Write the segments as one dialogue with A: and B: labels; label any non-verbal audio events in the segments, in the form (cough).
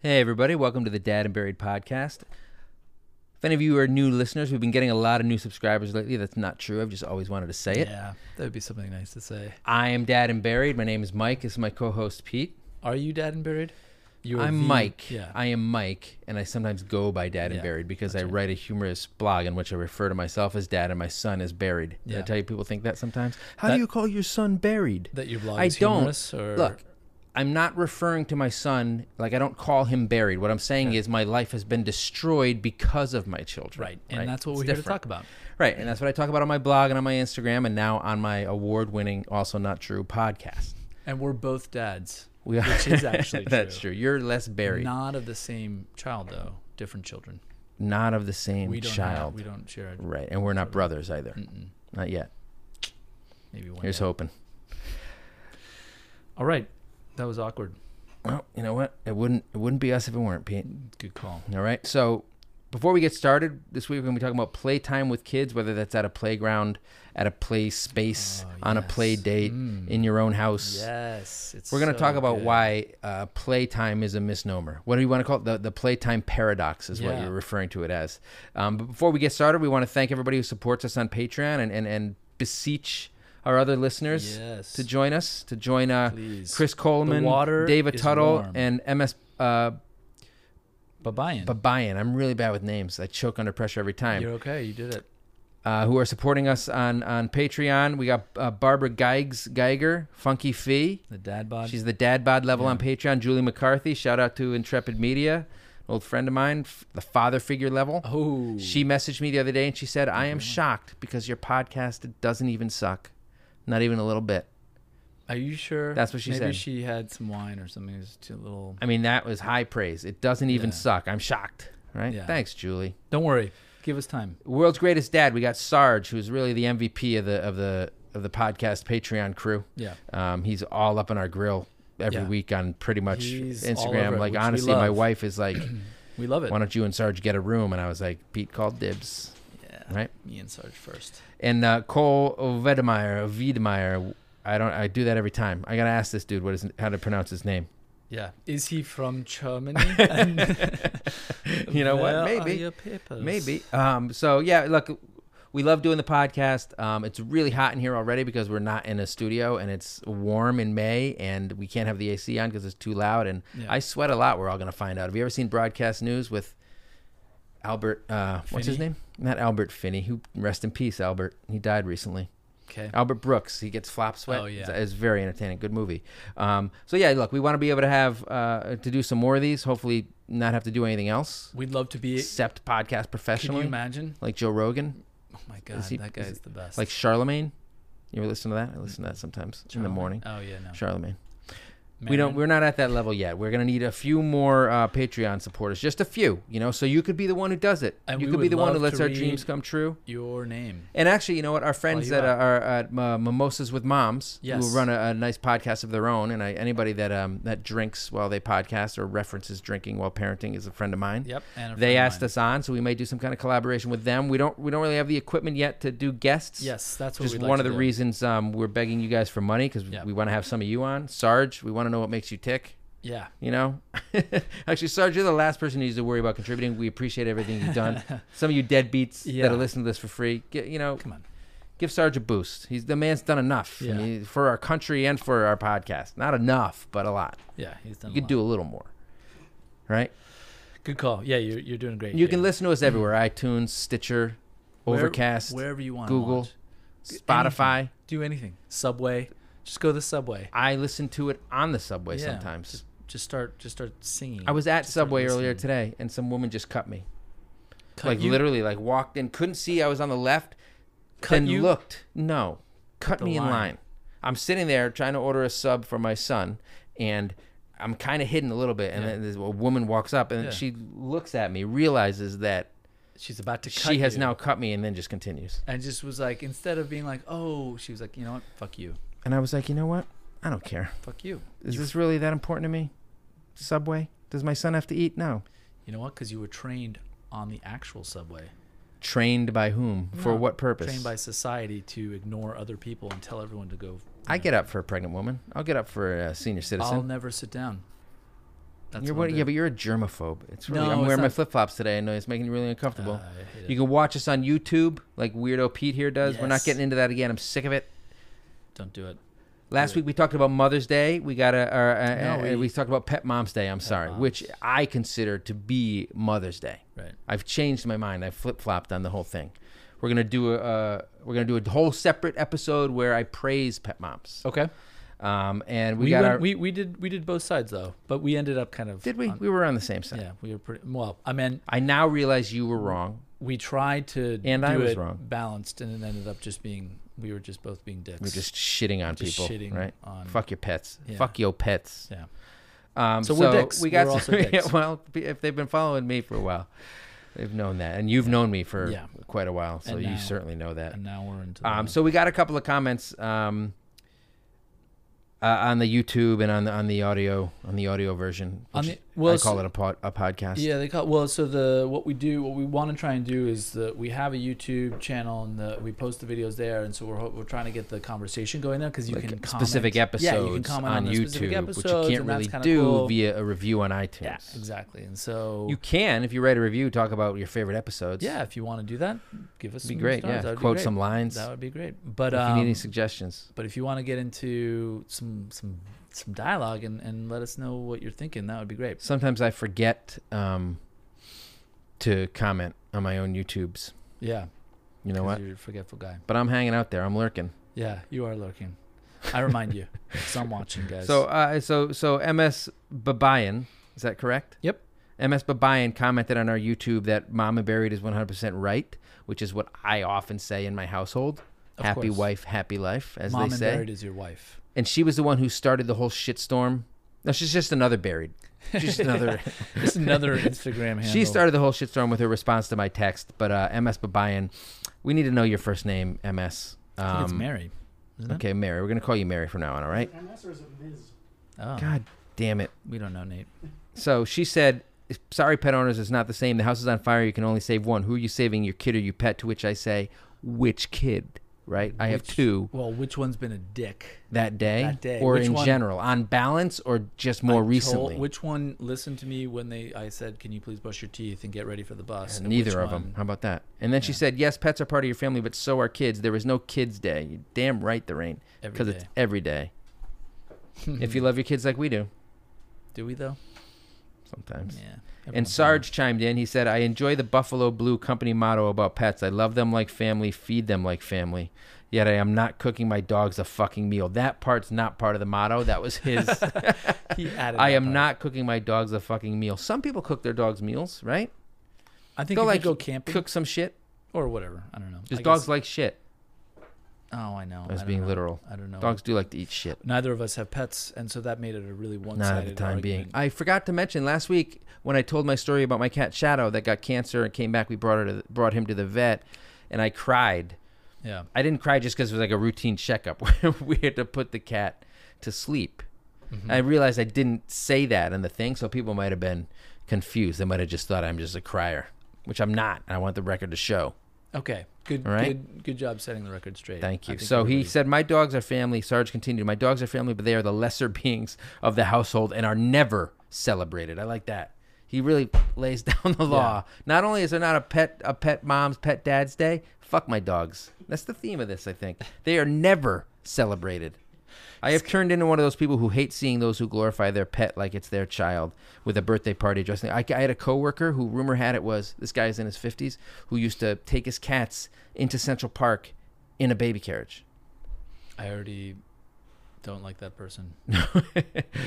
A: Hey, everybody, welcome to the Dad and Buried podcast. If any of you are new listeners, we've been getting a lot of new subscribers lately. That's not true. I've just always wanted to say it.
B: Yeah, that would be something nice to say.
A: I am Dad and Buried. My name is Mike. This is my co host, Pete.
B: Are you dead and buried? You are
A: I'm
B: the-
A: Mike.
B: Yeah.
A: I am Mike, and I sometimes go by Dad and
B: Yeah,
A: Buried because I
B: that's right.
A: write a humorous blog in which I refer to myself as Dad and my son is buried. Did I
B: Yeah.
A: tell you people think that sometimes? How do
B: That-
A: you call your son buried?
B: that your blog
A: I
B: is
A: don't.
B: humorous or
A: Look, I'm not referring to my son, like I don't call him buried. What I'm saying is my life has been destroyed because of my children.
B: right, and that's what we're here to talk about.
A: about. Right, and that's what I talk about on my blog and on my Instagram and now on my award-winning also not true podcast.
B: And we're both dads,
A: We are,
B: which is actually
A: (laughs) That's true. You're less buried. Not,
B: Not of the same child though, different children.
A: of the same
B: We don't have-
A: child.
B: we don't share. a-
A: Right, and we're not brothers either.
B: Mm-mm,
A: Not yet.
B: maybe one.
A: Here's
B: day.
A: hoping.
B: All right, that was awkward.
A: Well, you know what? It wouldn't it wouldn't be us if it weren't Pete.
B: Good call.
A: All right. So before we get started this week, we're going to be talking about playtime with kids, whether that's at a playground, at a play space,
B: Oh,
A: on a
B: yes.
A: play date,
B: Mm.
A: in your own house.
B: Yes, it's.
A: We're going to
B: so
A: talk about
B: good.
A: why uh, playtime is a misnomer. What do you want to call it? The, the playtime paradox is what
B: Yeah.
A: you're referring to it as. Um, but before we get started, we want to thank everybody who supports us on Patreon and, and, and beseech our other listeners
B: Yes.
A: to join us, to join uh,
B: Please.
A: Chris Coleman,
B: water
A: David
B: is
A: Tuttle,
B: warm.
A: and MS. Uh,
B: Babayan.
A: Babayan. I'm really bad with names. I choke under pressure every time.
B: You're okay. You did it.
A: Uh, who are supporting us on on Patreon? We got uh, Barbara Geigs Geiger, Funky Fee.
B: The dad bod.
A: She's the dad bod level
B: Yeah.
A: on Patreon. Julie McCarthy. Shout out to Intrepid Media, old friend of mine, f- the father figure level.
B: oh,
A: She messaged me the other day and she said, "I am shocked because your podcast doesn't even suck, not even a little bit."
B: Are you sure?
A: That's what she
B: Maybe
A: said.
B: she had some wine or something. It was too little.
A: I mean, that was high praise. It doesn't even
B: Yeah.
A: suck. I'm shocked. Right?
B: Yeah.
A: Thanks, Julie.
B: Don't worry. Give us time.
A: world's greatest dad. We got Sarge, who's really the MVP of the of the of the podcast Patreon crew.
B: Yeah.
A: Um, he's all up in our grill every
B: Yeah.
A: week on pretty much
B: He's all over
A: Instagram.
B: it,
A: Like
B: which we
A: honestly, my
B: love.
A: wife is
B: (clears throat)
A: like,
B: We love it.
A: "Why don't you and Sarge get a room?" And I was like, "Pete called dibs."
B: yeah.
A: Right.
B: Me and Sarge first.
A: And uh, Cole Vedemeyer, Vedemeyer. I don't. I do that every time. I gotta ask this dude what is how to pronounce his name.
B: Yeah. Is he
A: (laughs)
B: from Germany? And
A: You know what?
B: where
A: Maybe.
B: Are your papers?
A: Maybe. Um, so yeah, look, we love doing the podcast. Um, it's really hot in here already because we're not in a studio and it's warm in May and we can't have the AC on because it's too loud. And
B: Yeah.
A: I sweat a lot. We're all gonna find out. Have you ever seen broadcast news with Albert? Uh, what's his
B: Finney?
A: name? Not Albert Finney. Who rest in peace, Albert. He died recently.
B: Okay.
A: Albert Brooks. He gets flop sweat.
B: Oh, yeah.
A: It's, it's very entertaining. Good movie. Um, so yeah, look, we want to be able to have uh, to do some more of these. Hopefully, not have to do anything else
B: We'd love to be.
A: except podcast
B: Can you
A: professionally
B: imagine?
A: like Joe Rogan,
B: Oh my God,
A: he-
B: that guy
A: is
B: is,
A: he-
B: the best.
A: like Charlemagne. You ever listen to that? I listen to that sometimes in the
B: Charlemagne?
A: morning.
B: Oh yeah, no.
A: Charlemagne. We don't.
B: Marin?
A: We're not at that level yet. We're gonna need a few more uh, Patreon supporters, just a few, you know. So you could be the one who does it.
B: And
A: you
B: we
A: could be
B: would
A: the one who
B: love
A: lets
B: to
A: our
B: read-
A: dreams come true.
B: Your name.
A: And actually, you know what? Our friends
B: you
A: that
B: up.
A: are at uh, Mimosas with Moms,
B: Yes.
A: who run a, a nice podcast of their own, and I, anybody that um, that drinks while they podcast or references drinking while parenting is a friend of mine.
B: Yep. And a
A: They
B: friend of
A: asked
B: mine.
A: us on, so we may do some kind of collaboration with them. We don't. We don't really have the equipment yet to do guests.
B: Yes, that's what
A: just
B: we'd like
A: one of
B: to
A: the
B: do.
A: reasons um, we're begging you guys for money because
B: Yeah.
A: we want to have some of you on. Sarge, we want to know what makes you tick.
B: Yeah.
A: You know, (laughs) actually, Sarge, you're the last person who needs to worry about contributing. We appreciate everything you've
B: (laughs)
A: done. some of you deadbeats
B: Yeah.
A: that are listening to this for free, get, you know,
B: Come on.
A: give Sarge a boost. He's the man's done enough I
B: Yeah.
A: mean, for our country and for our podcast. Not enough, but a lot.
B: Yeah, he's done.
A: You
B: a
A: could
B: lot.
A: do a little more, right?
B: Good call. Yeah, you're you're doing great.
A: You can
B: Jay.
A: listen to us everywhere: iTunes, Stitcher,
B: Where-
A: Overcast,
B: wherever you want.
A: Google.
B: Watch.
A: Spotify.
B: Do anything. Subway. Just go to the subway.
A: I listen to it on the subway
B: Yeah,
A: sometimes.
B: Just, just start. Just start singing.
A: I was at
B: Just start
A: Subway earlier
B: listening.
A: today, and some woman just cut me.
B: Cut
A: like
B: you?
A: literally, like walked in, couldn't see I was on the left,
B: Cut
A: then
B: you?
A: looked. No, cut
B: The
A: me in
B: line.
A: line. I'm sitting there trying to order a sub for my son, and I'm kind of hidden a little bit. And
B: Yeah.
A: then this, a woman walks up, and
B: Yeah.
A: she looks at me, realizes that
B: She's about to cut
A: she has
B: you.
A: now cut me, and then just continues.
B: and just was like instead of being like oh she was like you know what fuck you
A: And I was like, you know what? I don't care.
B: fuck you
A: Is this really that important to me? Subway? Does my son have to eat? No.
B: you know what because you were trained on the actual subway
A: Trained by whom? For
B: No,
A: what purpose?
B: trained by society to ignore other people and tell everyone to go
A: I get up for a pregnant woman. I'll get up for a senior
B: I'll
A: citizen.
B: never sit down That's
A: You're
B: what
A: what?
B: I
A: Yeah,
B: did.
A: but you're a germaphobe. It's Uh, really.
B: No,
A: I'm
B: it's
A: wearing my
B: not-
A: flip flops today. I know it's making you really uncomfortable.
B: Ah, I hate
A: you
B: it.
A: can watch us on YouTube, like Weirdo Pete here does. We're not
B: Yes.
A: getting into that again. I'm sick of it.
B: Don't do it.
A: Last
B: Good.
A: week we talked about Mother's Day. We got a, or, uh,
B: No,
A: uh, we,
B: we-
A: talked about Pet Mom's Day. I'm sorry,
B: Moms.
A: which I consider to be Mother's Day.
B: Right.
A: I've changed my mind. I flip flopped on the whole thing. We're gonna do a uh, we're gonna do a whole separate episode where I praise pet moms.
B: Okay.
A: Um, and we,
B: Oh. We,
A: got
B: went,
A: our
B: we we did we did both sides though, but we ended up kind of
A: did we
B: on-
A: we were on the same side.
B: yeah, we were pretty well. I mean,
A: I now realize you were wrong.
B: we tried to
A: And
B: do
A: I was
B: it
A: wrong.
B: balanced, and it ended up just being we were just both being dicks.
A: We're just shitting on
B: Just
A: people,
B: shitting
A: right?
B: on-
A: Fuck your pets.
B: Yeah.
A: Fuck your pets.
B: yeah.
A: Um,
B: So we're dicks.
A: We got
B: We're also
A: (laughs) yeah,
B: dicks.
A: well, p- if they've been following me for a while, they've known that, and you've known me for
B: Yeah.
A: quite a while, so
B: And
A: you
B: now-
A: certainly know that.
B: And now we're into
A: Um,
B: the,
A: so we got a couple of comments um, uh, on the YouTube and on the on the audio on the audio version.
B: On
A: which
B: the- well,
A: I call
B: so-
A: it a, pod, a podcast.
B: yeah they call well so the what we do what we want to try and do is that we have a YouTube channel and the, we post the videos there and so we're ho- we're trying to get the conversation going there because you
A: Like
B: can comment.
A: specific episodes
B: yeah, you can comment
A: on,
B: on, the specific
A: YouTube, which you
B: episodes,
A: can't
B: and that's
A: really
B: kinda
A: do
B: cool.
A: via a review on iTunes.
B: yeah exactly and so
A: You can, if you write a review, talk about your favorite episodes.
B: yeah if you want to do that give us
A: It'd be
B: some
A: great.
B: stars. That
A: yeah,
B: would be
A: quote
B: great.
A: some lines.
B: that would be great but
A: if
B: um,
A: you need any suggestions,
B: But if you want to get into some some some dialogue and, and let us know what you're thinking, that would be great.
A: sometimes I forget um, to comment on my own YouTubes.
B: Yeah.
A: You know
B: 'cause
A: what?
B: You're a forgetful guy.
A: But I'm hanging out there. I'm lurking.
B: Yeah, you are lurking. I remind you. So I'm watching, guys.
A: So, uh, so, so MS Babayan, is that correct?
B: Yep.
A: MS Babayan commented on our YouTube that "Mama Buried" is 100% right, which is what I often say in my household.
B: Of
A: happy
B: course.
A: wife, happy life, as
B: mom
A: they
B: and
A: say.
B: buried is your wife.
A: And she was the one who started the whole shitstorm. No, she's just another buried. She's
B: (laughs)
A: another. (laughs)
B: It's another Instagram handle.
A: She started the whole shitstorm with her response to my text. But uh, MS Babayan, we need to know your first name, MS.
B: I think it's
A: Um,
B: Mary. Isn't
A: Okay, Mary. We're gonna call you Mary from now on. All right.
C: Is it MS or is it Ms?
B: It? Oh,
A: God damn it.
B: We don't know, Nate.
A: So she said, "Sorry, pet owners, it's not the same. The house is on fire. You can only save one. Who are you saving? Your kid or your pet?" To which I say, "Which kid?" Right? I have
B: Which-
A: two
B: Well, which one's been a dick?
A: that day,
B: That day.
A: or
B: Which
A: in
B: one?
A: general, on balance, or just more
B: I told-
A: recently.
B: which one listened to me when they I said, "Can you please brush your teeth and get ready for the bus?" and
A: Neither
B: which
A: of them.
B: one-
A: How about that? And then she
B: Yeah.
A: said, "Yes, pets are part of your family, but so are kids. There is no kids' day. You're damn right there ain't,
B: Every
A: because it's
B: day.
A: every
B: (laughs)
A: day. if you love your kids like we do,
B: Do we though?
A: sometimes."
B: Yeah.
A: And
B: everyone's
A: Sarge chimed in. He said, I enjoy the Buffalo Blue Company motto about pets. I love them like family, feed them like family. Yet I am not cooking my dogs a fucking meal. That part's not part of the motto. That was his.
B: He added
A: I
B: that
A: am
B: part.
A: not cooking my dogs a fucking meal. Some people cook their dogs meals, right?
B: I think
A: They'll,
B: if
A: like,
B: you go camping
A: Cook some shit.
B: or whatever. I don't know.
A: Because
B: I
A: dogs
B: guess-
A: like shit.
B: Oh, I know.
A: I was
B: don't
A: being
B: know.
A: literal.
B: I don't know.
A: Dogs do like to eat shit.
B: Neither of us have pets, and so that made it a really one-sided.
A: Not at the time being.
B: argument.
A: I forgot to mention last week when I told my story about my cat Shadow that got cancer and came back. We brought her to, brought him to the vet, and I cried.
B: yeah.
A: I didn't cry just because it was like a routine checkup (laughs) where we had to put the cat to sleep. I realized I didn't say that in the thing, so people might have been confused. They might have just thought I'm just a crier, which I'm not. And I want the record to show.
B: Okay. Good.
A: All right.
B: Good. Good job setting the record straight.
A: Thank
B: I
A: you.
B: think
A: So he
B: everybody-
A: said, My dogs are family. Sarge continued, My dogs are family, but they are the lesser (laughs) beings of the household and are never celebrated. I like that. He really lays (laughs) down the law. Not only is there not a pet a pet mom's pet dad's day, fuck my dogs. That's the theme of this, I think. They are never celebrated. I have turned into one of those people who hate seeing those who glorify their pet like it's their child with a birthday party dressing. I, I had a coworker who rumor had it was this guy is in his 50s who used to take his cats into Central Park in a baby carriage. (laughs)
B: I already don't like that person.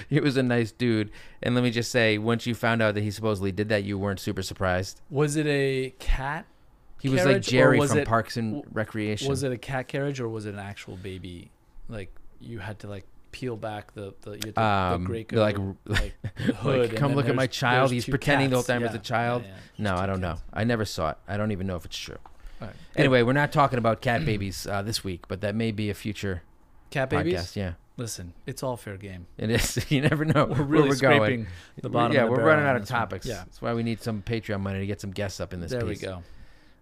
A: it was a nice dude. And let me just say, once you found out that he supposedly did that, you weren't super surprised.
B: Was it a cat?
A: He was like
B: Carriage, or
A: Jerry
B: was
A: from
B: it-
A: Parks and
B: w-
A: Recreation.
B: Was it a cat carriage or was it an actual baby? Like you had to like peel back the the, you had to,
A: Um,
B: the Graco,
A: they're like- (laughs)
B: like the hood. and
A: come
B: then
A: look at my
B: there's-
A: child.
B: there's
A: He's
B: two
A: pretending the whole
B: cats.
A: time it's a
B: Yeah,
A: child.
B: yeah, yeah.
A: no, I don't
B: cats.
A: know. I never saw it. I don't even know if it's true.
B: All right.
A: Anyway, we're not talking about cat babies uh, this week, but that may be a future
B: Cat babies.
A: podcast. Yeah,
B: Listen, it's all fair game.
A: it is. (laughs) you never know
B: We're really
A: where we're
B: scraping
A: going.
B: the bottom.
A: yeah,
B: of the
A: we're
B: barrel
A: running
B: on
A: out of
B: this one.
A: topics.
B: Yeah,
A: that's why we need some Patreon money to get some guests up in this.
B: there
A: piece.
B: we go.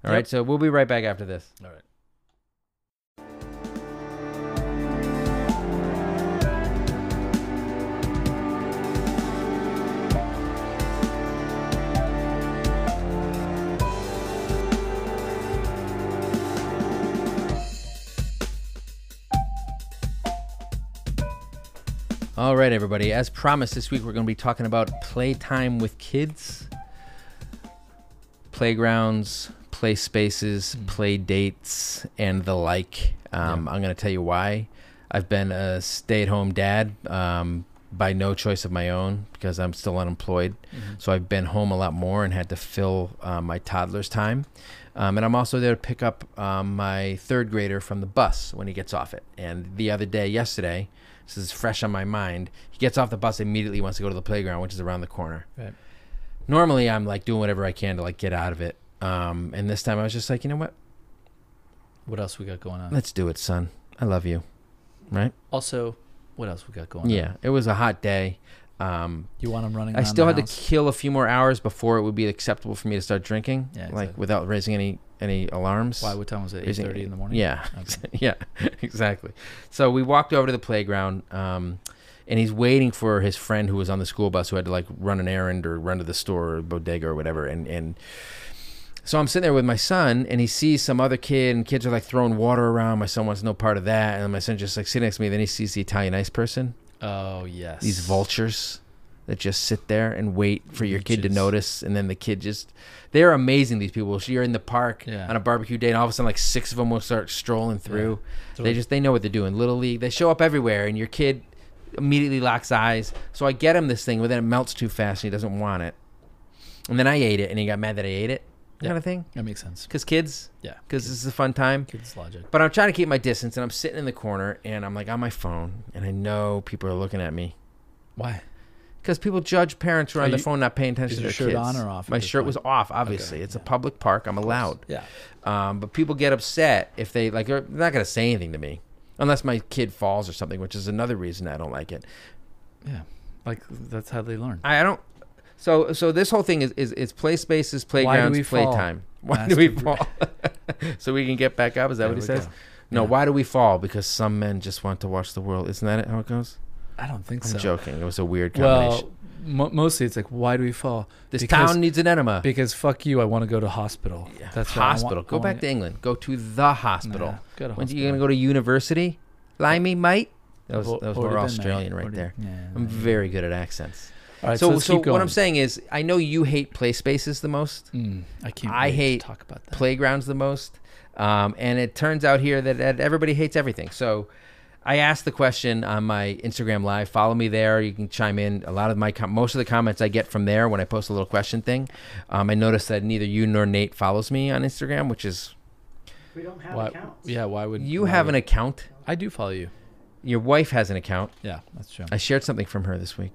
A: All right, so we'll be right back after this.
B: All right.
A: All right, everybody. As promised, this week we're going to be talking about playtime with kids, playgrounds, play spaces, play dates, and the like. Um, I'm going to tell you why. I've been a stay at home dad um, by no choice of my own because I'm still unemployed.
B: Mm-hmm.
A: So I've been home a lot more and had to fill uh, my toddler's time. Um, and I'm also there to pick up um, my third grader from the bus when he gets off it. And the other day, yesterday, this is fresh on my mind, he gets off the bus immediately wants to go to the playground, which is around the corner.
B: Right.
A: Normally, I'm like doing whatever I can to like get out of it. Um, and this time, I was just like, you know what?
B: What else we got going on?
A: Let's do it, son. I love you. Right?
B: Also, what else we got going on?
A: Yeah. It was a hot day. Um,
B: You want them running?
A: I
B: around
A: still
B: the
A: had to
B: house?
A: kill a few more hours before it would be acceptable for me to start drinking,
B: Yeah,
A: like
B: exactly.
A: without raising any any alarms. (laughs)
B: Why? What time was it? Eight
A: Raising-
B: thirty in the morning.
A: Yeah,
B: Okay.
A: yeah, (laughs) exactly. So we walked over to the playground, um, and he's waiting for his friend who was on the school bus who had to like run an errand or run to the store or bodega or whatever. And and so I'm sitting there with my son, and he sees some other kid, and kids are like throwing water around. My son wants no part of that, and my son just like sitting next to me. Then he sees the Italian ice person,
B: Oh yes.
A: these vultures that just sit there and wait for your kid to
B: Leeches.
A: notice and then the kid just they're amazing these people so you're in the park
B: Yeah.
A: on a barbecue day and all of a sudden like six of them will start strolling through
B: So
A: they
B: it-
A: just they know what they're doing little league they show up everywhere and your kid immediately locks eyes so i get him this thing but then it melts too fast and he doesn't want it and then i ate it and he got mad that i ate it
B: Yeah.
A: kind of thing
B: That makes sense.
A: because kids
B: Yeah.
A: because this is a fun time
B: Kids logic.
A: but I'm trying to keep my distance, and I'm sitting in the corner, and I'm like on my phone, and I know people are looking at me
B: Why?
A: because people judge parents who are
B: Are
A: on their
B: you-
A: phone not paying attention
B: is
A: to
B: your
A: their
B: shirt
A: kids.
B: on or off at
A: My
B: this
A: shirt
B: point?
A: was off. Obviously,
B: Okay,
A: it's a
B: yeah.
A: public park. I'm allowed,
B: Yeah.
A: um, but people get upset if they like. They're not gonna say anything to me unless my kid falls or something, which is another reason I don't like it.
B: Yeah. Like that's how they learn.
A: I, I don't. So so this whole thing is is, is play spaces, playgrounds,
B: we fall?
A: playtime. (laughs) Why
B: Ask
A: do we
B: the-
A: fall? (laughs) so we can get back up. Is that
B: There
A: what he
B: we
A: says?
B: go.
A: No,
B: Yeah.
A: why do we fall? Because some men just want to watch the world. Isn't that it, how it goes?
B: I don't think
A: I'm
B: so.
A: joking. It was a weird combination.
B: Well, mo- mostly it's like, why do we fall?
A: this
B: because-
A: town needs an enema.
B: Because fuck you, I want to go to hospital.
A: Yeah.
B: That's what I want-
A: hospital.
B: I
A: Go
B: wanna
A: back to England. Go to the hospital.
B: Nah, go to
A: When's
B: hospital.
A: you gonna go to university? Limey, mate. That was
B: I've al-
A: that was
B: already
A: more
B: been there.
A: Australian right
B: Already-
A: there.
B: Yeah,
A: I'm
B: yeah.
A: very good at accents.
B: All right, so,
A: so,
B: let's
A: so
B: keep going.
A: what I'm saying is, I know you hate play spaces the most.
B: Mm, I can't.
A: I
B: wait to
A: hate
B: talk about that.
A: playgrounds the most. Um, and it turns out here that, that everybody hates everything. So I asked the question on my Instagram live. Follow me there. You can chime in. A lot of my com- most of the comments I get from there when I post a little question thing. Um, I noticed that neither you nor Nate follows me on Instagram, which is
C: We don't have
B: Why,
C: accounts.
B: yeah, why would
A: you
B: why
A: have
B: would-
A: an account.
B: I do follow you.
A: Your wife has an account.
B: Yeah, that's true.
A: I shared something from her this week.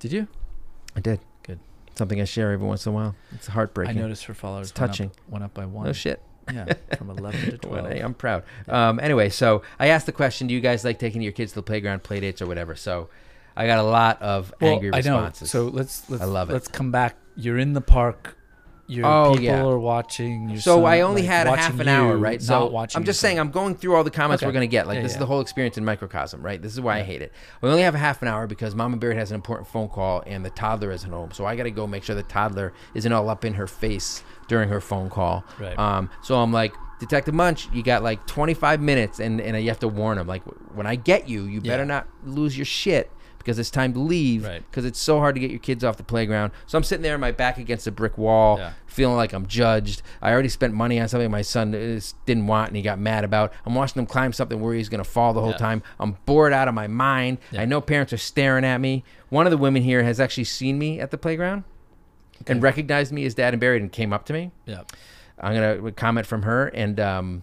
B: Did you?
A: I did.
B: Good.
A: Something I share every once in a while. It's
B: I
A: heartbreaking.
B: noticed her followers
A: It's
B: went
A: touching.
B: Up, went up by one.
A: no shit.
B: Yeah, (laughs) from eleven to
A: Well,
B: twelve.
A: hey, I'm proud. Um, anyway, so I asked the question: Do you guys like taking your kids to the playground, play dates, or whatever? So I got a lot of
B: Well,
A: angry
B: I know.
A: responses.
B: So let's let's
A: I love it.
B: let's come back. You're in the park. Your
A: Oh,
B: people
A: yeah.
B: are watching. Your
A: So
B: son-
A: I only
B: like,
A: had a half
B: watching
A: an hour,
B: you,
A: right?
B: Not
A: So
B: watching
A: I'm
B: your
A: just saying,
B: son.
A: I'm going through all the comments
B: Okay.
A: we're going to get. Like
B: Yeah,
A: this is
B: yeah.
A: the whole experience in microcosm, right? This is why I
B: Yeah.
A: hate it. We only have a half an hour because Mama Bear has an important phone call and the toddler isn't home, so I got to go make sure the toddler isn't all up in her face during her phone call.
B: Right.
A: Um, so I'm like, Detective Munch, you got like 25 minutes, and and you have to warn him. Like when I get you, you better
B: Yeah.
A: not lose your shit. Because it's time to leave.
B: Right.
A: Because it's so hard to get your kids off the playground. So I'm sitting there, my back against a brick wall,
B: Yeah.
A: feeling like I'm judged. I already spent money on something my son is, didn't want and he got mad about. I'm watching him climb something where he's going to fall the whole
B: Yeah.
A: time. I'm bored out of my mind.
B: Yeah.
A: I know parents are staring at me. One of the women here has actually seen me at the playground and recognized me as dad and buried and came up to me.
B: Yeah.
A: I'm gonna comment from her, and um,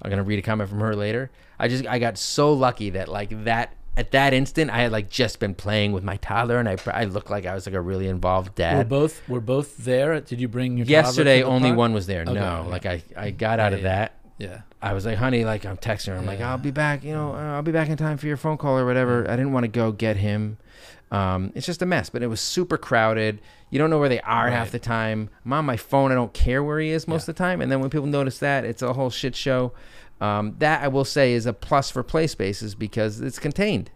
A: I'm gonna read a comment from her later. I just I got so lucky that like that at that instant I had like just been playing with my toddler, and I pr- I looked like I was like a really involved
B: We're
A: dad.
B: both we're both there. Did you bring your toddler
A: Yesterday,
B: to the
A: only
B: park?
A: one was there.
B: Okay,
A: no,
B: yeah.
A: like I I got out of
B: Yeah, yeah.
A: that.
B: Yeah.
A: I was like, honey, like I'm texting her. I'm like,
B: Yeah.
A: I'll be back. You know, uh, I'll be back in time for your phone call or whatever. I didn't want to go get him. Um, it's just a mess, but it was super crowded. You don't know where they are half
B: Right.
A: the time. I'm on my phone. I don't care where he is most of the time. And then when people notice that, it's a whole shit show. Um, that I will say is a plus for play spaces because it's contained.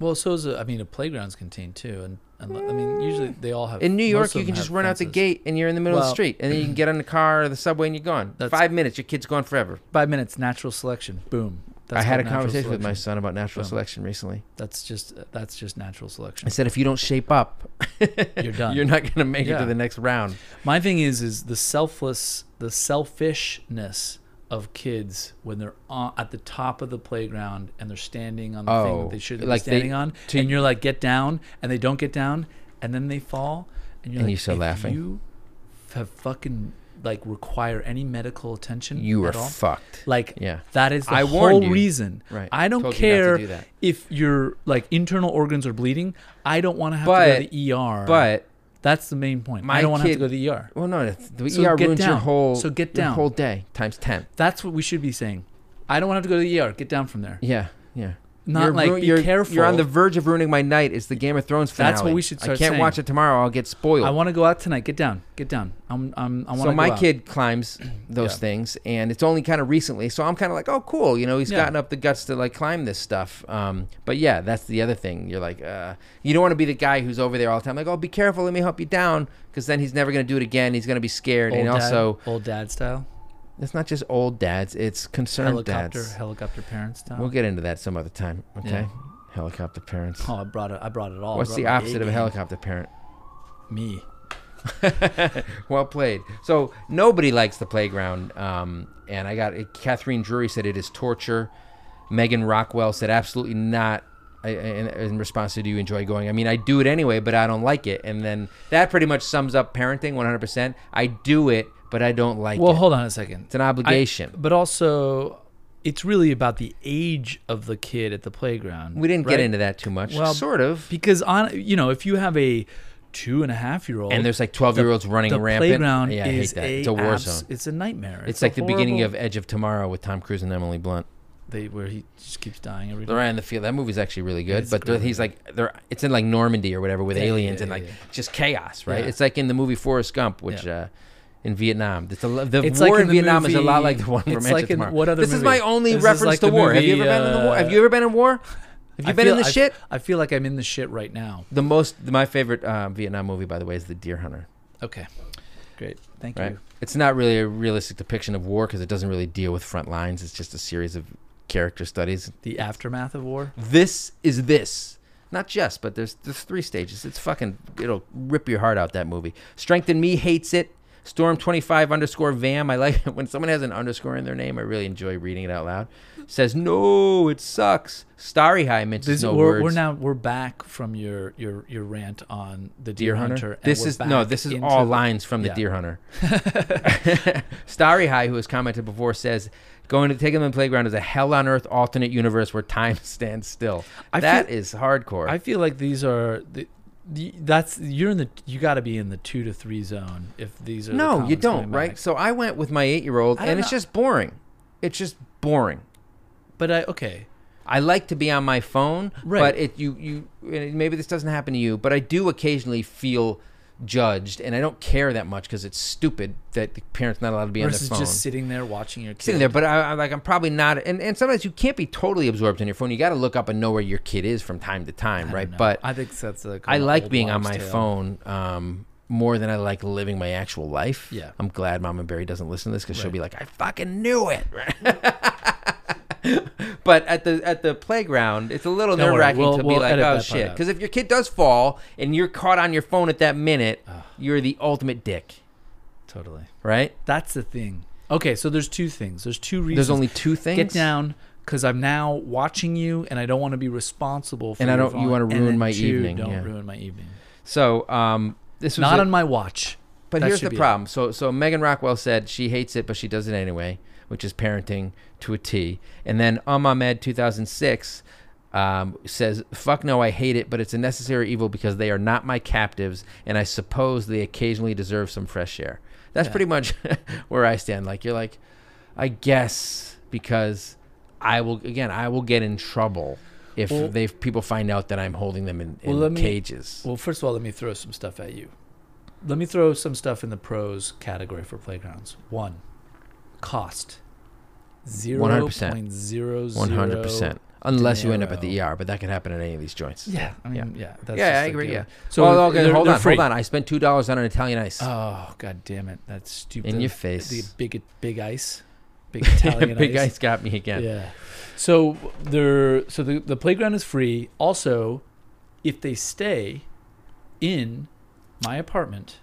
B: Well, so is a, I mean, a playground's contained too, and, and I mean, usually they all have.
A: In New York,
B: most of
A: you can
B: them
A: just
B: have
A: run out the
B: fences.
A: gate and you're in the middle of the
B: Well-
A: street, and then you can get on the car or the subway and you're gone.
B: That's-
A: Five minutes, your kid's gone forever.
B: Five minutes, natural selection, boom. That's
A: I had a
B: called natural
A: conversation with my
B: selection.
A: son about natural
B: Boom.
A: selection recently.
B: That's just that's just natural
A: I
B: selection.
A: said, if you don't shape up, (laughs)
B: You're done.
A: You're not going to make it
B: Yeah.
A: to the next round.
B: My thing is is the selfless, the selfishness of kids when they're on, at the top of the playground and they're standing on the thing
A: Oh,
B: that they shouldn't
A: like
B: be
A: they-
B: standing on,
A: to-
B: and you're like, get down, and they don't get down, and then they fall, and you're
A: And
B: like,
A: you're still
B: "If
A: laughing.
B: You have fucking like require any medical attention.
A: You are
B: at all,
A: fucked.
B: Like
A: Yeah.
B: that is the
A: I warned
B: whole
A: you.
B: reason.
A: Right.
B: I don't
A: Told you not to
B: care
A: do that.
B: if your like internal organs are bleeding. I don't want to have to
A: But-
B: go to the ER.
A: But
B: that's the main point.
A: My
B: I don't want to have
A: kid-
B: to go to the ER.
A: well, no, that's- the
B: So
A: ER
B: get
A: ruins your
B: down.
A: whole
B: So get
A: your
B: down.
A: whole day times ten.
B: That's what we should be saying. I don't want to have to go to the ER. Get down from there.
A: Yeah, yeah.
B: Not like
A: ruin-
B: be
A: you're,
B: careful.
A: You're on the verge of ruining my night. It's the Game of Thrones finale.
B: That's what we should
A: I
B: start
A: can't
B: saying.
A: watch it tomorrow. I'll get spoiled.
B: I want to go out tonight. Get down. Get down. I'm. I'm. I want
A: so
B: to.
A: my
B: go out.
A: kid climbs (clears throat) those
B: Yeah.
A: things, and it's only kind of recently. So I'm kind of like, oh, cool. You know, he's
B: Yeah.
A: gotten up the guts to like climb this stuff. Um, but yeah, that's the other thing. You're like, uh, you don't want to be the guy who's over there all the time. Like, oh, be careful. Let me help you down, because then he's never gonna do it again. He's gonna be scared,
B: Old
A: and
B: dad,
A: also
B: old dad style.
A: it's not just old dads. It's concerned
B: Helicopter.
A: dads.
B: Helicopter parents style.
A: We'll get into that some other time. Okay.
B: Yeah.
A: Helicopter parents.
B: Oh, I brought it. I brought it all. I
A: What's
B: brought
A: the
B: my
A: opposite of a
B: A-game.
A: helicopter parent?
B: Me.
A: (laughs) well played. So nobody likes the playground, um, and I got Catherine Drury said it is torture. Megan Rockwell said absolutely not. I, I- in, in response to do you enjoy going? I mean, I do it anyway, but I don't like it. And then that pretty much sums up parenting 100%. I do it, but I don't like
B: Well,
A: it.
B: hold on a second.
A: It's an obligation.
B: but also, it's really about the age of the kid at the playground.
A: we didn't
B: right?
A: get into that too much.
B: Well,
A: sort of.
B: because on you know if you have a two and a half year old
A: And there's like 12 year olds running
B: the
A: rampant.
B: playground
A: yeah, I hate
B: is
A: that.
B: a
A: It's a war
B: abs-
A: zone.
B: It's a nightmare.
A: It's
B: a
A: like the beginning of
B: horrible-
A: Edge of Tomorrow with Tom Cruise and Emily Blunt.
B: they where he just keeps dying every
A: They're
B: day.
A: on the field. That movie's actually really good,
B: It's
A: but they're-
B: great.
A: he's like they're it's in like Normandy or whatever with
B: Yeah, yeah,
A: aliens
B: yeah,
A: and like
B: yeah.
A: just chaos, right?
B: Yeah.
A: It's like in the movie Forrest Gump, which uh, in Vietnam, it's a, lo- the
B: It's
A: war
B: like
A: in,
B: in the
A: Vietnam is a lot
B: movie-
A: like the one from
B: it's
A: Edge
B: like
A: of
B: in-
A: Tomorrow.
B: what other
A: this is my
B: movie?
A: only
B: This is
A: reference
B: like
A: to
B: the
A: war. have you
B: movie,
A: ever been in the war? Have
B: uh,
A: you ever been in war? Have you
B: I
A: been
B: feel-
A: in the
B: I-
A: shit?
B: I feel like I'm in the shit right now.
A: The most my favorite uh, Vietnam movie, by the way, is The Deer Hunter.
B: Okay, great, thank
A: Right?
B: you.
A: It's not really a realistic depiction of war because it doesn't really deal with front lines. It's just a series of character studies.
B: The aftermath of war.
A: this is this not just but there's there's three stages it's fucking it'll rip your heart out that movie strengthen me hates it storm 25 underscore vam i like (laughs) when someone has an underscore in their name i really enjoy reading it out loud says no it sucks starry high mentions
B: This,
A: no
B: we're,
A: words
B: we're now we're back from your your your rant on the
A: Deer Hunter.
B: and
A: This
B: we're
A: is no.
B: back
A: This is
B: into
A: all
B: the-
A: lines from the
B: yeah.
A: Deer Hunter.
B: (laughs)
A: (laughs) Starry High, who has commented before, says going to take him to the playground is a hell on earth alternate universe where time (laughs) stands still.
B: I
A: That
B: feel-
A: is hardcore.
B: I feel like these are the, the that's you're in the you got to be in the two to three zone if these are the
A: No, you
B: comments coming
A: don't, right?
B: back.
A: So I went with my eight year old,
B: I don't
A: and it's
B: know.
A: just boring. It's just boring.
B: But I okay,
A: I like to be on my phone,
B: Right.
A: but it you you and maybe this doesn't happen to you, but I do occasionally feel judged, and I don't care that much because it's stupid that the parents not allowed to be
B: versus
A: on their phone.
B: just sitting there watching your kid.
A: Sitting there, but I, I like I'm probably not, and, and sometimes you can't be totally absorbed in your phone. You got to look up and know where your kid is from time to time,
B: I
A: right?
B: don't know.
A: But
B: I think that's like
A: I
B: an
A: like
B: old
A: being on my
B: wives' tale.
A: phone um, more than I like living my actual life.
B: Yeah.
A: I'm glad Mom and Barry doesn't listen to this because she'll
B: Right.
A: be like, "I fucking knew it." (laughs) but at the at the playground, it's a little
B: Don't
A: nerve
B: worry,
A: wracking
B: we'll-
A: to be
B: we'll
A: like,
B: edit
A: "Oh
B: that part
A: shit!"
B: out.
A: Because if your kid does fall and you're caught on your phone at that minute, you're the ultimate dick,
B: Totally,
A: right?
B: that's the thing. Okay, so there's two things. There's two reasons.
A: There's only two things.
B: get down because I'm now watching you, and I don't want to be responsible. for
A: And I
B: your
A: don't- you
B: vol-
A: wanna
B: and
A: ruin
B: then
A: my
B: two,
A: evening,
B: Don't
A: yeah.
B: ruin my evening.
A: So um, this was
B: Not
A: a-
B: on my watch.
A: But
B: That
A: here's
B: should
A: the
B: be it.
A: problem. So so Megan Rockwell said she hates it, but she does it anyway, which is parenting to a T. And then Um Ahmed 2006 um, says, "Fuck no, I hate it, but it's a necessary evil because they are not my captives, and I suppose they occasionally deserve some fresh air." That's
B: Yeah.
A: pretty much (laughs) where I stand. Like you're like, I guess because I will again, I will get in trouble if
B: Well-
A: they people find out that I'm holding them in, in
B: Well, let me-
A: cages.
B: Well, first of all, let me throw some stuff at you. Let me throw some stuff in the pros category for playgrounds. One, cost.
A: 100%.
B: 0.00.
A: One hundred percent. Unless you end up at the
B: dinero.
A: ER, but that could happen at any of these joints.
B: Yeah, I mean, yeah. that's
A: yeah,
B: just
A: I
B: the
A: agree.
B: deal.
A: Yeah. So
B: So
A: well, okay,
B: they're-
A: hold
B: they're
A: on,
B: free.
A: hold on. I spent two dollars on an Italian ice.
B: Oh, god damn it. That's stupid.
A: In your face.
B: The big, big ice.
A: (laughs)
B: Big Italian
A: Big
B: ice.
A: Ice got me again.
B: Yeah. So there so the, the playground is free. Also, if they stay in my apartment,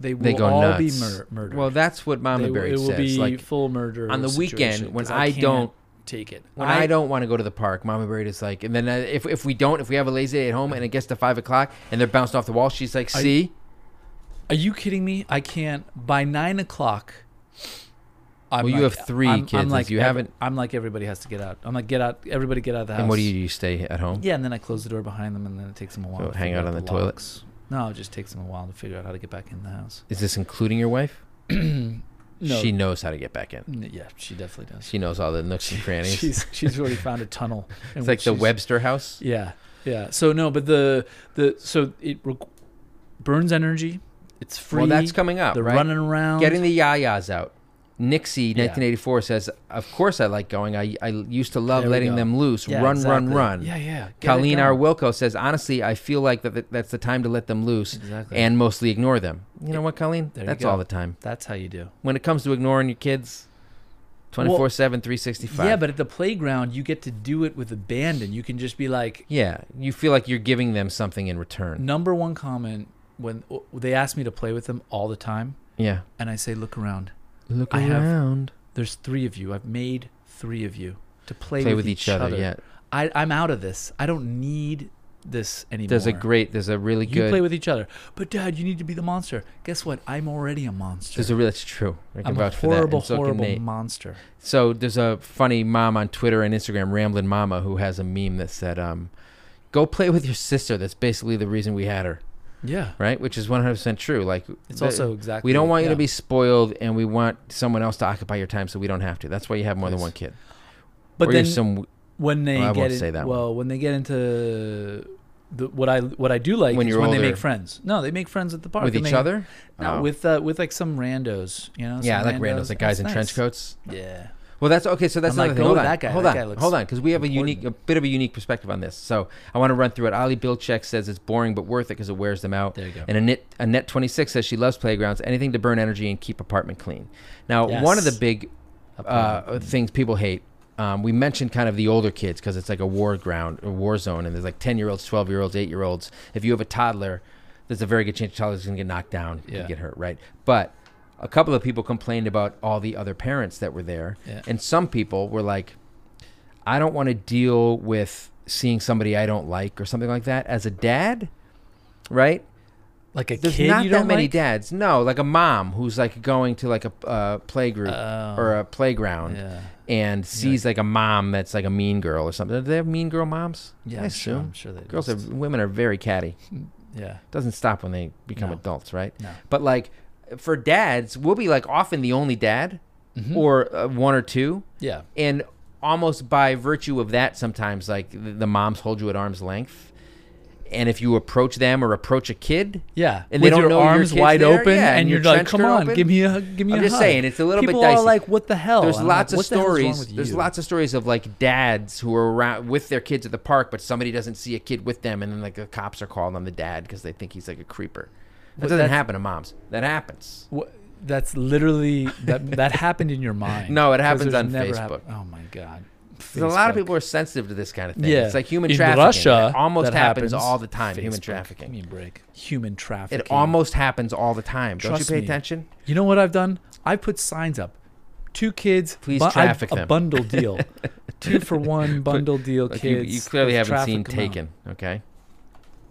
B: they will
A: They go
B: all be
A: nuts.
B: mur- murdered.
A: Well, that's what Mama
B: They will-
A: Berry
B: it will
A: says.
B: be
A: like
B: full murder
A: on the weekend
B: situation,
A: when
B: 'cause
A: I
B: can't
A: don't-
B: take it.
A: when I, don't want to go to the park, Mama Bird is like, and then I, if if we don't, if we have a lazy day at home and it gets to five o'clock and they're bouncing off the wall, she's like,
B: I-
A: "See,
B: Are you kidding me? I can't. By nine o'clock. I'm
A: Well, you have three
B: I'm-
A: kids,
B: I'm
A: if
B: like
A: you
B: ev-
A: haven't-
B: I'm like everybody has to get out. I'm like get out. Everybody get out of the house.
A: and what do you do? You stay at home?
B: Yeah, and then I close the door behind them, and then it takes them a while.
A: So
B: to
A: hang
B: figure
A: out on the toilet?
B: locks. No, it just takes them a while to figure out how to get back in the house.
A: Is this including your wife?
B: No.
A: She knows how to get back in.
B: N- Yeah, she definitely does.
A: She knows all the nooks and crannies.
B: (laughs) She's she's already found a tunnel.
A: (laughs)
B: in
A: it's like
B: which
A: the
B: she's-
A: Webster house.
B: Yeah, yeah. So no, but the the so it re- burns energy. It's free.
A: Well, that's coming up,
B: They're
A: right?
B: running around.
A: Getting the yayas out. Nixie, 1984, says, "Of course I like going. I, I used to love
B: There we
A: letting
B: go.
A: them loose.
B: Yeah,
A: run, run,
B: exactly.
A: run."
B: Yeah, yeah. Get it
A: Colleen
B: going.
A: R. Wilco says, honestly, I feel like that that's the time to let them loose
B: Exactly.
A: and mostly ignore them. You know what, Colleen?
B: There you
A: that's
B: go.
A: all the time.
B: That's how you do.
A: When it comes to ignoring your kids, 24 7, 365.
B: Yeah, but at the playground, you get to do it with abandon. You can just be like,
A: Yeah, you feel like you're giving them something in return.
B: number one comment when w- they ask me to play with them all the time,
A: Yeah.
B: and I say, look around.
A: Look
B: I have
A: around.
B: There's three of you. I've made three of you to play,
A: Play, with, each, other. Yeah.
B: I, I'm out of this. I don't need this anymore.
A: There's a great, there's a really
B: You
A: good.
B: play with each other. But, Dad, you need to be the monster. Guess what? I'm already a monster.
A: there's a real, that's true. I can
B: I'm a
A: vouch for that.
B: horrible,
A: And so can
B: horrible
A: Nate.
B: monster.
A: So there's a funny mom on Twitter and Instagram, Ramblin' Mama, who has a meme that said, um, "Go play with your sister." That's basically the reason we had her,
B: Yeah.
A: right? Which is 100 percent true. Like
B: It's
A: the-
B: also exactly.
A: we don't want you
B: yeah.
A: to be spoiled, and we want someone else to occupy your time, so we don't have to. That's why you have more than
B: Yes.
A: one kid.
B: But
A: or
B: then
A: you're some
B: when they
A: Well, Oh, I
B: get
A: won't
B: in-
A: say that one.
B: well when they get into the, what I what I do like
A: When
B: is
A: you're
B: when they
A: older.
B: make friends. No, they make friends at the park
A: with
B: and
A: each
B: they-
A: other.
B: No,
A: Oh.
B: with uh, with like some randos. You know.
A: yeah, I
B: some
A: like randos, like guys
B: That's
A: in trench
B: nice.
A: coats.
B: Yeah.
A: Well, that's okay. So that's another
B: I'm
A: thing.
B: like, go
A: Hold
B: with
A: on,
B: that guy.
A: hold
B: That
A: on,
B: guy looks
A: hold on, because we have a unique, a
B: important.
A: bit of a unique perspective on this. So I want to run through it. Ali Bilchek says it's boring but worth it because it wears them out.
B: There you go.
A: And Annette, Annette 26 says she loves playgrounds, anything to burn energy and keep apartment clean. Now, one of the
B: Yes.
A: big uh, things people hate, um, we mentioned kind of the older kids because it's like a war ground, a war zone, and there's like 10 year olds, 12 year olds, 8 year olds. If you have a toddler, there's a very good chance your toddler's going to get knocked down
B: Yeah.
A: and get hurt, right? But a couple of people complained about all the other parents that were there.
B: Yeah.
A: And some people were like, I don't want to deal with seeing somebody I don't like or something like that as a dad, right?
B: Like a
A: There's
B: kid
A: not
B: you
A: that
B: don't
A: many
B: like?
A: dads. No, like a mom who's like going to like a uh, playgroup
B: Oh.
A: or a playground
B: Yeah.
A: and sees like a mom that's like a mean girl or something. Do they have mean girl moms?
B: Yeah.
A: I
B: I'm sure, I'm
A: assume.
B: sure they
A: Girls are
B: must.
A: women are very
B: (laughs)
A: catty.
B: Yeah.
A: Doesn't stop when they become
B: No.
A: adults, right?
B: No.
A: But like for dads, we'll be like often the only dad
B: Mm-hmm.
A: or uh, one or two
B: Yeah.
A: and almost by virtue of that sometimes like the, the moms hold you at arm's length and if you approach them or approach a kid
B: Yeah,
A: And they
B: with
A: don't
B: your
A: know your
B: arms
A: kid's
B: wide
A: there,
B: open,
A: yeah,
B: and,
A: and
B: you're
A: your
B: like,
A: trench
B: "Come
A: coat
B: on,
A: open."
B: give me a, give me a."
A: I'm just
B: hug."
A: saying, it's a little bit
B: People are
A: dicey.
B: like, "What the hell?"
A: there's
B: And Oh, I'm like,
A: lots of
B: "What the hell is wrong
A: stories
B: with
A: there's
B: you?"
A: lots of stories of like dads who are around with their kids at the park but somebody doesn't see a kid with them and then like the cops are called on the dad because they think he's like a creeper that
B: But
A: doesn't
B: that's-
A: happen to moms that happens
B: What, that's literally
A: (laughs)
B: that that happened in your mind.
A: No, it
B: 'Cause
A: happens
B: there's
A: on
B: never
A: Facebook.
B: oh my god.
A: 'Cause a lot of
B: Facebook.
A: people are sensitive to this kind of thing
B: Yeah.
A: it's like human
B: in
A: trafficking
B: Russia
A: it almost
B: that
A: happens, all the time human
B: Facebook.
A: trafficking
B: Give me a break. Human trafficking.
A: it almost happens all the time don't
B: Trust
A: you pay
B: me.
A: attention
B: You know what I've done? I put signs up. Two kids.
A: Please
B: I-
A: traffic
B: a
A: them. (laughs)
B: bundle deal. Two for one bundle deal.
A: Look, you,
B: kids.
A: you clearly
B: Let's
A: haven't seen
B: traffic 'em out.
A: Taken, okay?